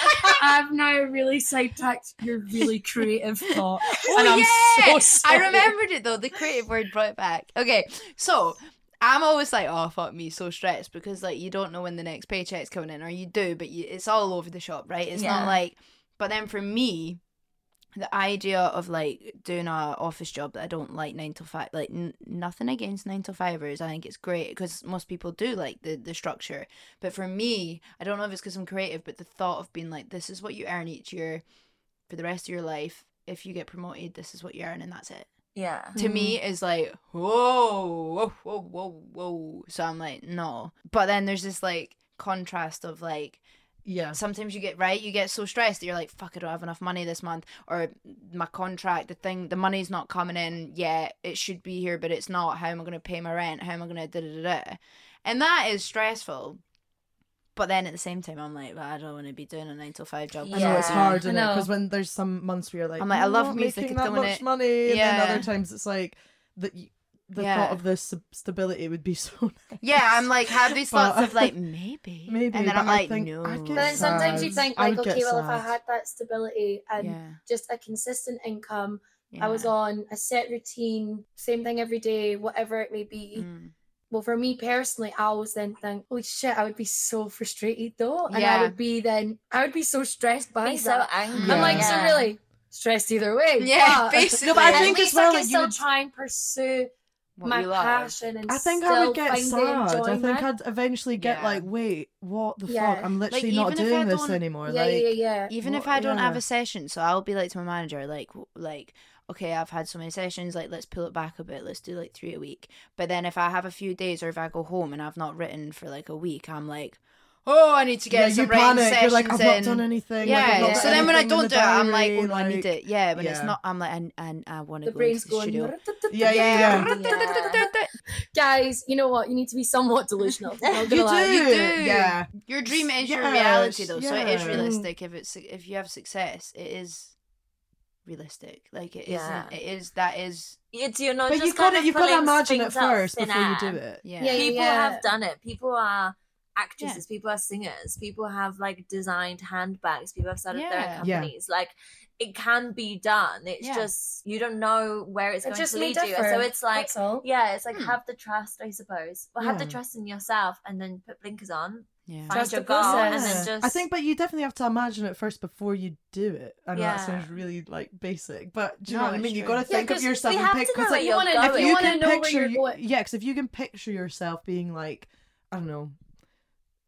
[SPEAKER 2] I've now really sidetracked your really creative thought, and I'm
[SPEAKER 3] yeah!
[SPEAKER 2] so sorry.
[SPEAKER 3] I remembered it though. The creative word brought it back. Okay, so I'm always like, oh fuck me, so stressed because like you don't know when the next paycheck's coming in, or you do, but you, it's all over the shop, right? It's
[SPEAKER 1] Yeah.
[SPEAKER 3] not like. But then for me, the idea of like doing a office job that I don't like nine to five, like n- nothing against nine to fivers. I think it's great because most people do like the the structure. But for me, I don't know if it's because I'm creative, but the thought of being like, this is what you earn each year for the rest of your life. If you get promoted, this is what you earn, and that's it.
[SPEAKER 1] Yeah.
[SPEAKER 3] To me,
[SPEAKER 2] Mm-hmm.
[SPEAKER 3] is like, whoa, whoa, whoa, whoa, whoa. So I'm like, no. But then there's this like contrast of like,
[SPEAKER 4] Yeah.
[SPEAKER 3] sometimes you get right, you get so stressed that you're like, fuck, I don't have enough money this month, or my contract, the thing, the money's not coming in yet. It should be here, but it's not. How am I going to pay my rent? How am I going to da da da da? And that is stressful. But then at the same time, I'm like, well, I don't want to be doing a nine till five job.
[SPEAKER 4] I know it's
[SPEAKER 1] Yeah.
[SPEAKER 4] hard,
[SPEAKER 2] I
[SPEAKER 4] and
[SPEAKER 2] know.
[SPEAKER 4] because when there's some months where you're like,
[SPEAKER 3] I'm like, I love
[SPEAKER 4] not
[SPEAKER 3] music,
[SPEAKER 4] making
[SPEAKER 3] it's
[SPEAKER 4] that
[SPEAKER 3] doing
[SPEAKER 4] much
[SPEAKER 3] it.
[SPEAKER 4] money, and
[SPEAKER 3] Yeah.
[SPEAKER 4] then other times it's like that. You, the
[SPEAKER 3] Yeah.
[SPEAKER 4] thought of this sub- stability would be so. Nice.
[SPEAKER 3] Yeah, I'm like have these thoughts
[SPEAKER 4] But-
[SPEAKER 3] of like maybe,
[SPEAKER 4] Maybe,
[SPEAKER 3] and then
[SPEAKER 4] but
[SPEAKER 3] I'm
[SPEAKER 4] I
[SPEAKER 3] like
[SPEAKER 4] think
[SPEAKER 3] no.
[SPEAKER 4] I'd get
[SPEAKER 2] But then sometimes you
[SPEAKER 4] Sad.
[SPEAKER 2] think
[SPEAKER 4] I
[SPEAKER 2] like,
[SPEAKER 4] would get
[SPEAKER 2] okay, well, if I
[SPEAKER 4] sad.
[SPEAKER 2] had that stability and
[SPEAKER 3] yeah,
[SPEAKER 2] just a consistent income,
[SPEAKER 3] yeah.
[SPEAKER 2] I was on a set routine, same thing every day, whatever it may be.
[SPEAKER 3] Mm.
[SPEAKER 2] Well, for me personally, I always then think, holy shit, I would be so frustrated though. And
[SPEAKER 3] Yeah.
[SPEAKER 2] I would be then, I would be so stressed by
[SPEAKER 1] Be so
[SPEAKER 2] that.
[SPEAKER 1] angry.
[SPEAKER 2] I'm like, so
[SPEAKER 1] Yeah.
[SPEAKER 2] really stressed either way.
[SPEAKER 3] Yeah,
[SPEAKER 2] but-
[SPEAKER 3] basically.
[SPEAKER 4] No, but I
[SPEAKER 2] At
[SPEAKER 4] think as
[SPEAKER 2] least
[SPEAKER 4] well,
[SPEAKER 2] I can
[SPEAKER 4] like, you
[SPEAKER 2] still
[SPEAKER 4] would-
[SPEAKER 2] try and pursue
[SPEAKER 3] what
[SPEAKER 2] my
[SPEAKER 3] you love.
[SPEAKER 2] passion and
[SPEAKER 4] I think
[SPEAKER 2] still
[SPEAKER 4] I would get
[SPEAKER 2] find the
[SPEAKER 4] sad. I think
[SPEAKER 2] enjoyment.
[SPEAKER 4] I'd eventually get
[SPEAKER 3] Yeah.
[SPEAKER 4] like, wait, what the
[SPEAKER 2] Yeah.
[SPEAKER 4] fuck? I'm literally
[SPEAKER 3] even
[SPEAKER 4] not
[SPEAKER 3] if
[SPEAKER 4] doing
[SPEAKER 3] I
[SPEAKER 4] this
[SPEAKER 3] don't-
[SPEAKER 4] anymore.
[SPEAKER 2] yeah,
[SPEAKER 4] like,
[SPEAKER 2] yeah, yeah.
[SPEAKER 3] even if
[SPEAKER 4] What-
[SPEAKER 3] I don't have
[SPEAKER 4] yeah.
[SPEAKER 3] a session, so I'll be like to my manager, like, w- like, okay, I've had so many sessions, like, let's pull it back a bit, let's do like three a week. But then if I have a few days, or if I go home and I've not written for like a week, I'm like, oh, I need to get
[SPEAKER 4] yeah,
[SPEAKER 3] some
[SPEAKER 4] you
[SPEAKER 3] writing
[SPEAKER 4] panic. You're like, I've
[SPEAKER 3] sessions
[SPEAKER 4] not
[SPEAKER 3] in."
[SPEAKER 4] done anything. like,
[SPEAKER 3] Yeah.
[SPEAKER 4] I've not
[SPEAKER 2] got
[SPEAKER 3] so
[SPEAKER 4] put
[SPEAKER 3] then when I
[SPEAKER 4] anything in
[SPEAKER 3] don't
[SPEAKER 4] the
[SPEAKER 3] do it, I'm like,
[SPEAKER 4] diary,
[SPEAKER 3] oh, no, I need it. Yeah. When it's
[SPEAKER 4] yeah.
[SPEAKER 3] not, I'm like, and and I want to
[SPEAKER 2] The
[SPEAKER 3] go into
[SPEAKER 2] brain's
[SPEAKER 3] the
[SPEAKER 2] going.
[SPEAKER 3] studio.
[SPEAKER 4] Yeah, yeah,
[SPEAKER 2] yeah. Guys, you know what? You need to be somewhat delusional.
[SPEAKER 4] You
[SPEAKER 2] I'm not
[SPEAKER 4] do.
[SPEAKER 2] gonna lie.
[SPEAKER 3] You do.
[SPEAKER 4] Yeah.
[SPEAKER 3] Your dream is your
[SPEAKER 4] Yes,
[SPEAKER 3] reality, though, so it is
[SPEAKER 4] yeah.
[SPEAKER 3] realistic. If it's if you have success, it is realistic. Like it
[SPEAKER 1] Yeah.
[SPEAKER 3] not It is that is
[SPEAKER 1] It's you're not.
[SPEAKER 4] But
[SPEAKER 1] just
[SPEAKER 4] you gotta
[SPEAKER 1] kind
[SPEAKER 4] you
[SPEAKER 1] of
[SPEAKER 4] gotta
[SPEAKER 1] pulling
[SPEAKER 4] imagine it
[SPEAKER 1] strings out of
[SPEAKER 4] first
[SPEAKER 1] thin
[SPEAKER 4] before you do
[SPEAKER 1] air.
[SPEAKER 4] it.
[SPEAKER 3] yeah.
[SPEAKER 2] Yeah.
[SPEAKER 1] people have done it. People are actresses. People are singers. People have like designed handbags. People have started their own
[SPEAKER 3] Yeah.
[SPEAKER 4] Yeah.
[SPEAKER 1] companies. Like it can be done. It's
[SPEAKER 3] Yeah.
[SPEAKER 1] just you don't know where it's
[SPEAKER 2] It
[SPEAKER 1] going
[SPEAKER 2] just
[SPEAKER 1] to
[SPEAKER 2] may
[SPEAKER 1] lead you.
[SPEAKER 2] differ,
[SPEAKER 1] So it's like
[SPEAKER 2] That's all.
[SPEAKER 1] yeah, it's like
[SPEAKER 3] Hmm.
[SPEAKER 1] have the trust, I suppose. Well, have the
[SPEAKER 4] Yeah.
[SPEAKER 1] trust in yourself, and then put blinkers on.
[SPEAKER 3] Yeah.
[SPEAKER 1] Find
[SPEAKER 2] Trust
[SPEAKER 1] your
[SPEAKER 2] the
[SPEAKER 1] goal, and then
[SPEAKER 2] process.
[SPEAKER 1] just
[SPEAKER 4] I think, but you definitely have to imagine it first before you do it. I know
[SPEAKER 1] Yeah.
[SPEAKER 4] that sounds really like basic, but do you
[SPEAKER 3] No,
[SPEAKER 4] know what I
[SPEAKER 3] it's
[SPEAKER 4] mean? You
[SPEAKER 3] true.
[SPEAKER 4] gotta
[SPEAKER 3] Yeah,
[SPEAKER 4] think of
[SPEAKER 1] 'cause
[SPEAKER 4] yourself
[SPEAKER 1] we
[SPEAKER 4] and
[SPEAKER 1] have
[SPEAKER 4] pick
[SPEAKER 1] to know
[SPEAKER 4] because
[SPEAKER 1] where
[SPEAKER 4] like
[SPEAKER 1] you're
[SPEAKER 2] wanna-
[SPEAKER 1] going.
[SPEAKER 2] if
[SPEAKER 4] you
[SPEAKER 2] wanna
[SPEAKER 4] can
[SPEAKER 2] know where
[SPEAKER 4] picture
[SPEAKER 2] you're
[SPEAKER 4] you-
[SPEAKER 2] going.
[SPEAKER 4] yeah, because if you can picture yourself being like, I don't know,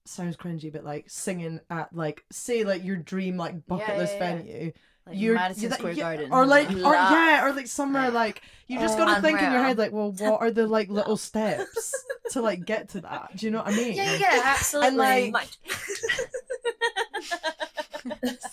[SPEAKER 4] sounds cringy, but like singing at like say like your dream like bucket
[SPEAKER 3] yeah,
[SPEAKER 4] list
[SPEAKER 3] yeah.
[SPEAKER 4] venue,
[SPEAKER 3] Like
[SPEAKER 4] you're-
[SPEAKER 3] Madison
[SPEAKER 4] that-
[SPEAKER 3] Square
[SPEAKER 4] yeah,
[SPEAKER 3] Garden.
[SPEAKER 4] or like or
[SPEAKER 1] Love.
[SPEAKER 4] yeah, or like somewhere
[SPEAKER 3] Yeah.
[SPEAKER 4] like you just
[SPEAKER 2] Oh.
[SPEAKER 4] gotta think in your
[SPEAKER 1] Unreal.
[SPEAKER 4] head like, well, what are the like little steps to like get to that? Do you know what I mean?
[SPEAKER 2] Yeah, yeah, absolutely.
[SPEAKER 4] And, like,
[SPEAKER 1] Much.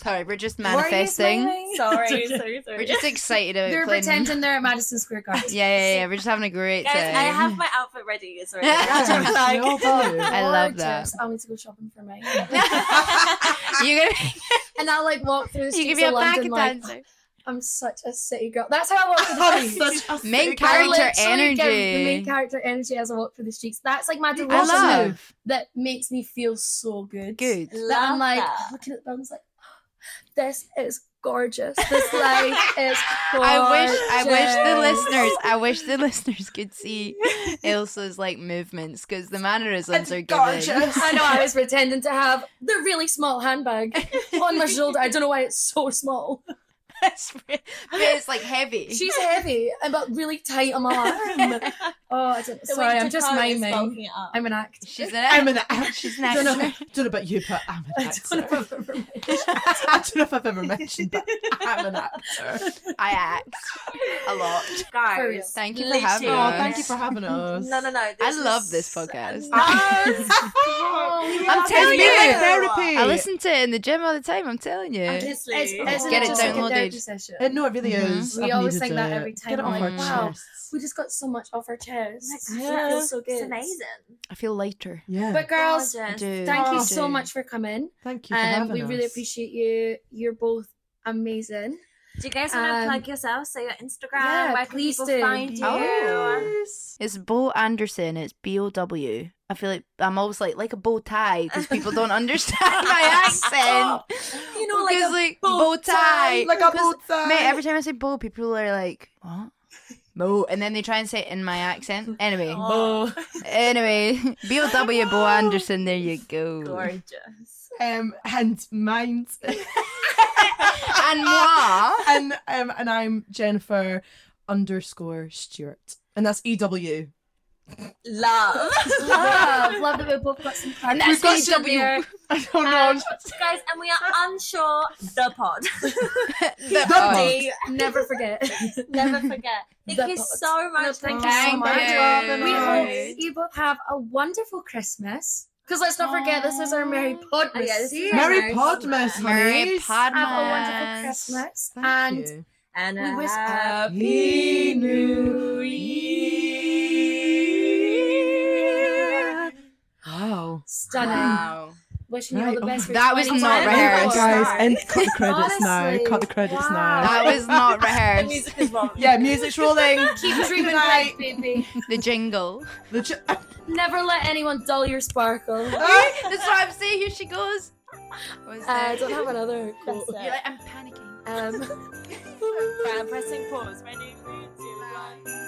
[SPEAKER 3] sorry, we're just
[SPEAKER 2] Why are you
[SPEAKER 3] manifesting.
[SPEAKER 2] smiling?
[SPEAKER 1] sorry, sorry, sorry.
[SPEAKER 3] We're just excited about
[SPEAKER 2] They're
[SPEAKER 3] playing.
[SPEAKER 2] pretending they're at Madison Square Garden.
[SPEAKER 3] Yeah, yeah, yeah. We're just having a great
[SPEAKER 1] Guys,
[SPEAKER 3] time.
[SPEAKER 1] I have my outfit ready. It's already
[SPEAKER 4] Yeah,
[SPEAKER 1] like,
[SPEAKER 4] no bother.
[SPEAKER 3] I love that.
[SPEAKER 2] Gorgeous. I'll need to go shopping for mine.
[SPEAKER 3] you're gonna,
[SPEAKER 2] and I'll like walk through the
[SPEAKER 3] you
[SPEAKER 2] streets
[SPEAKER 3] give me a
[SPEAKER 2] of
[SPEAKER 3] back
[SPEAKER 2] London like
[SPEAKER 3] dancer.
[SPEAKER 2] I'm such a city girl. That's how I walk through the streets.
[SPEAKER 3] Main
[SPEAKER 2] I
[SPEAKER 3] character
[SPEAKER 2] literally give the main
[SPEAKER 3] energy.
[SPEAKER 2] character energy as I walk through the streets. That's like my
[SPEAKER 3] I
[SPEAKER 2] delusion
[SPEAKER 3] love
[SPEAKER 2] that makes me feel so good.
[SPEAKER 3] good.
[SPEAKER 2] That I'm
[SPEAKER 1] Love
[SPEAKER 2] like
[SPEAKER 1] that.
[SPEAKER 2] looking at them, it's like this is gorgeous. This life is gorgeous.
[SPEAKER 3] I wish I
[SPEAKER 2] Oh,
[SPEAKER 3] wish the listeners I wish the listeners could see Ilsa's like movements because the mannerisms are given.
[SPEAKER 2] I know I was pretending to have the really small handbag on my shoulder. I don't know why it's so small.
[SPEAKER 3] eh? it's, re- but it's like heavy.
[SPEAKER 2] She's heavy and but really tight on my arm. Oh, I don't,
[SPEAKER 1] The way
[SPEAKER 2] sorry, I'm
[SPEAKER 1] to
[SPEAKER 2] just
[SPEAKER 1] tell is
[SPEAKER 2] miming.
[SPEAKER 1] bulking it up.
[SPEAKER 2] I'm an actor.
[SPEAKER 3] She's an
[SPEAKER 4] I'm an actor.
[SPEAKER 3] She's an
[SPEAKER 2] Dunno.
[SPEAKER 3] actor.
[SPEAKER 4] don't know about you, but I'm an
[SPEAKER 2] I don't know if
[SPEAKER 4] actor.
[SPEAKER 2] I've ever
[SPEAKER 4] I don't know if I've ever mentioned that. I'm an actor.
[SPEAKER 3] I act a lot.
[SPEAKER 2] For
[SPEAKER 1] Guys,
[SPEAKER 2] real.
[SPEAKER 3] Thank you for
[SPEAKER 1] Literally.
[SPEAKER 3] having
[SPEAKER 4] Oh,
[SPEAKER 3] us.
[SPEAKER 4] thank you for having us.
[SPEAKER 1] No, no, no.
[SPEAKER 3] I
[SPEAKER 1] this
[SPEAKER 3] love
[SPEAKER 1] is-
[SPEAKER 3] this podcast.
[SPEAKER 1] No.
[SPEAKER 3] I'm
[SPEAKER 1] I'm
[SPEAKER 3] telling you.
[SPEAKER 1] you.
[SPEAKER 4] therapy.
[SPEAKER 3] I listen to it in the gym all the time. I'm telling you.
[SPEAKER 1] Honestly.
[SPEAKER 3] it's Get it
[SPEAKER 2] just like a
[SPEAKER 3] downloaded.
[SPEAKER 2] therapy session.
[SPEAKER 4] Uh, no, it really
[SPEAKER 3] Mhm.
[SPEAKER 4] is.
[SPEAKER 2] Mm-hmm. We
[SPEAKER 4] I've
[SPEAKER 2] always
[SPEAKER 4] needed
[SPEAKER 2] sing that
[SPEAKER 4] it.
[SPEAKER 2] every time,
[SPEAKER 4] Get it off
[SPEAKER 3] like,
[SPEAKER 4] our
[SPEAKER 2] wow.
[SPEAKER 4] chests.
[SPEAKER 2] We just got so much off our chests.
[SPEAKER 1] Oh my
[SPEAKER 2] It
[SPEAKER 1] God.
[SPEAKER 2] feels so
[SPEAKER 1] It's
[SPEAKER 2] good.
[SPEAKER 1] amazing.
[SPEAKER 3] I feel lighter.
[SPEAKER 4] Yeah.
[SPEAKER 2] But girls,
[SPEAKER 3] I
[SPEAKER 1] Gorgeous.
[SPEAKER 3] do.
[SPEAKER 2] thank you
[SPEAKER 4] Oh.
[SPEAKER 2] so much for coming.
[SPEAKER 4] Thank you for
[SPEAKER 2] Um,
[SPEAKER 4] having
[SPEAKER 2] we
[SPEAKER 4] us.
[SPEAKER 2] really appreciate you. You're both amazing.
[SPEAKER 1] Do you guys want to
[SPEAKER 2] Um,
[SPEAKER 1] plug yourself? So your Instagram,
[SPEAKER 2] yeah,
[SPEAKER 1] where can
[SPEAKER 2] please
[SPEAKER 1] people
[SPEAKER 2] do.
[SPEAKER 1] find you?
[SPEAKER 3] Oh.
[SPEAKER 4] Yes.
[SPEAKER 3] It's Bo Anderson. It's B O W. I feel like I'm always like like a bow tie because people don't understand my accent.
[SPEAKER 1] You know, like uh,
[SPEAKER 3] Because,
[SPEAKER 1] a
[SPEAKER 3] bow tie.
[SPEAKER 4] Like a
[SPEAKER 3] 'Cause,
[SPEAKER 4] butterfly.
[SPEAKER 3] Mate, every time I say bow, people are like, what? Bo, and then they try and say it in my accent. Anyway,
[SPEAKER 1] Oh,
[SPEAKER 3] anyway, B O W Bo Anderson. There you go.
[SPEAKER 1] gorgeous.
[SPEAKER 4] um, and mine,
[SPEAKER 3] And moi.
[SPEAKER 4] and um, and I'm Jennifer underscore Stewart, and that's E W.
[SPEAKER 1] Love.
[SPEAKER 2] Love, love that we've both got some clarity.
[SPEAKER 3] We've got some-
[SPEAKER 2] there.
[SPEAKER 4] I don't
[SPEAKER 1] Um,
[SPEAKER 4] know.
[SPEAKER 1] guys, and we are unsure the pod.
[SPEAKER 3] The
[SPEAKER 4] pod.
[SPEAKER 3] pod.
[SPEAKER 2] Never forget.
[SPEAKER 1] Never forget. Thank
[SPEAKER 2] The
[SPEAKER 1] you
[SPEAKER 2] pod.
[SPEAKER 1] so much.
[SPEAKER 2] thank
[SPEAKER 1] for
[SPEAKER 2] you so
[SPEAKER 1] coming.
[SPEAKER 2] much.
[SPEAKER 4] Thank
[SPEAKER 2] We
[SPEAKER 4] Nice.
[SPEAKER 2] hope you both have a wonderful Christmas. Because let's not forget, this is our Merry Podmas.
[SPEAKER 1] Oh, yeah, this is
[SPEAKER 2] series.
[SPEAKER 1] our
[SPEAKER 4] Merry
[SPEAKER 1] Merry
[SPEAKER 4] Podmas,
[SPEAKER 1] Podmas.
[SPEAKER 3] Merry
[SPEAKER 4] honeys.
[SPEAKER 2] Have
[SPEAKER 3] Podmas.
[SPEAKER 2] a wonderful Christmas.
[SPEAKER 4] Thank
[SPEAKER 2] and
[SPEAKER 4] you.
[SPEAKER 1] And
[SPEAKER 2] We
[SPEAKER 1] a
[SPEAKER 2] wish- uh,
[SPEAKER 4] Happy New Year. Oh.
[SPEAKER 2] stunning. Wishing you all
[SPEAKER 4] Right,
[SPEAKER 2] the
[SPEAKER 4] oh
[SPEAKER 2] best.
[SPEAKER 4] my-
[SPEAKER 2] for
[SPEAKER 3] That was
[SPEAKER 2] 2020.
[SPEAKER 3] not rehearsed.
[SPEAKER 4] Guys, and cut the credits now.
[SPEAKER 2] Honestly,
[SPEAKER 4] Cut the credits
[SPEAKER 2] wow.
[SPEAKER 4] now.
[SPEAKER 3] That was not
[SPEAKER 1] The
[SPEAKER 3] rehearsed.
[SPEAKER 1] music is wrong.
[SPEAKER 4] Um, Yeah, music's rolling.
[SPEAKER 2] Keep dreaming,
[SPEAKER 4] Good night.
[SPEAKER 2] big baby.
[SPEAKER 3] the jingle.
[SPEAKER 4] The ch-
[SPEAKER 2] Never let anyone dull your sparkle.
[SPEAKER 3] That's what I'm saying. Here she goes. What was
[SPEAKER 2] I Uh,
[SPEAKER 3] that?
[SPEAKER 2] don't have another quote.
[SPEAKER 1] That's it.
[SPEAKER 3] You're like, I'm panicking.
[SPEAKER 2] Um,
[SPEAKER 1] Right, I'm pressing pause. Ready? Three, two, one.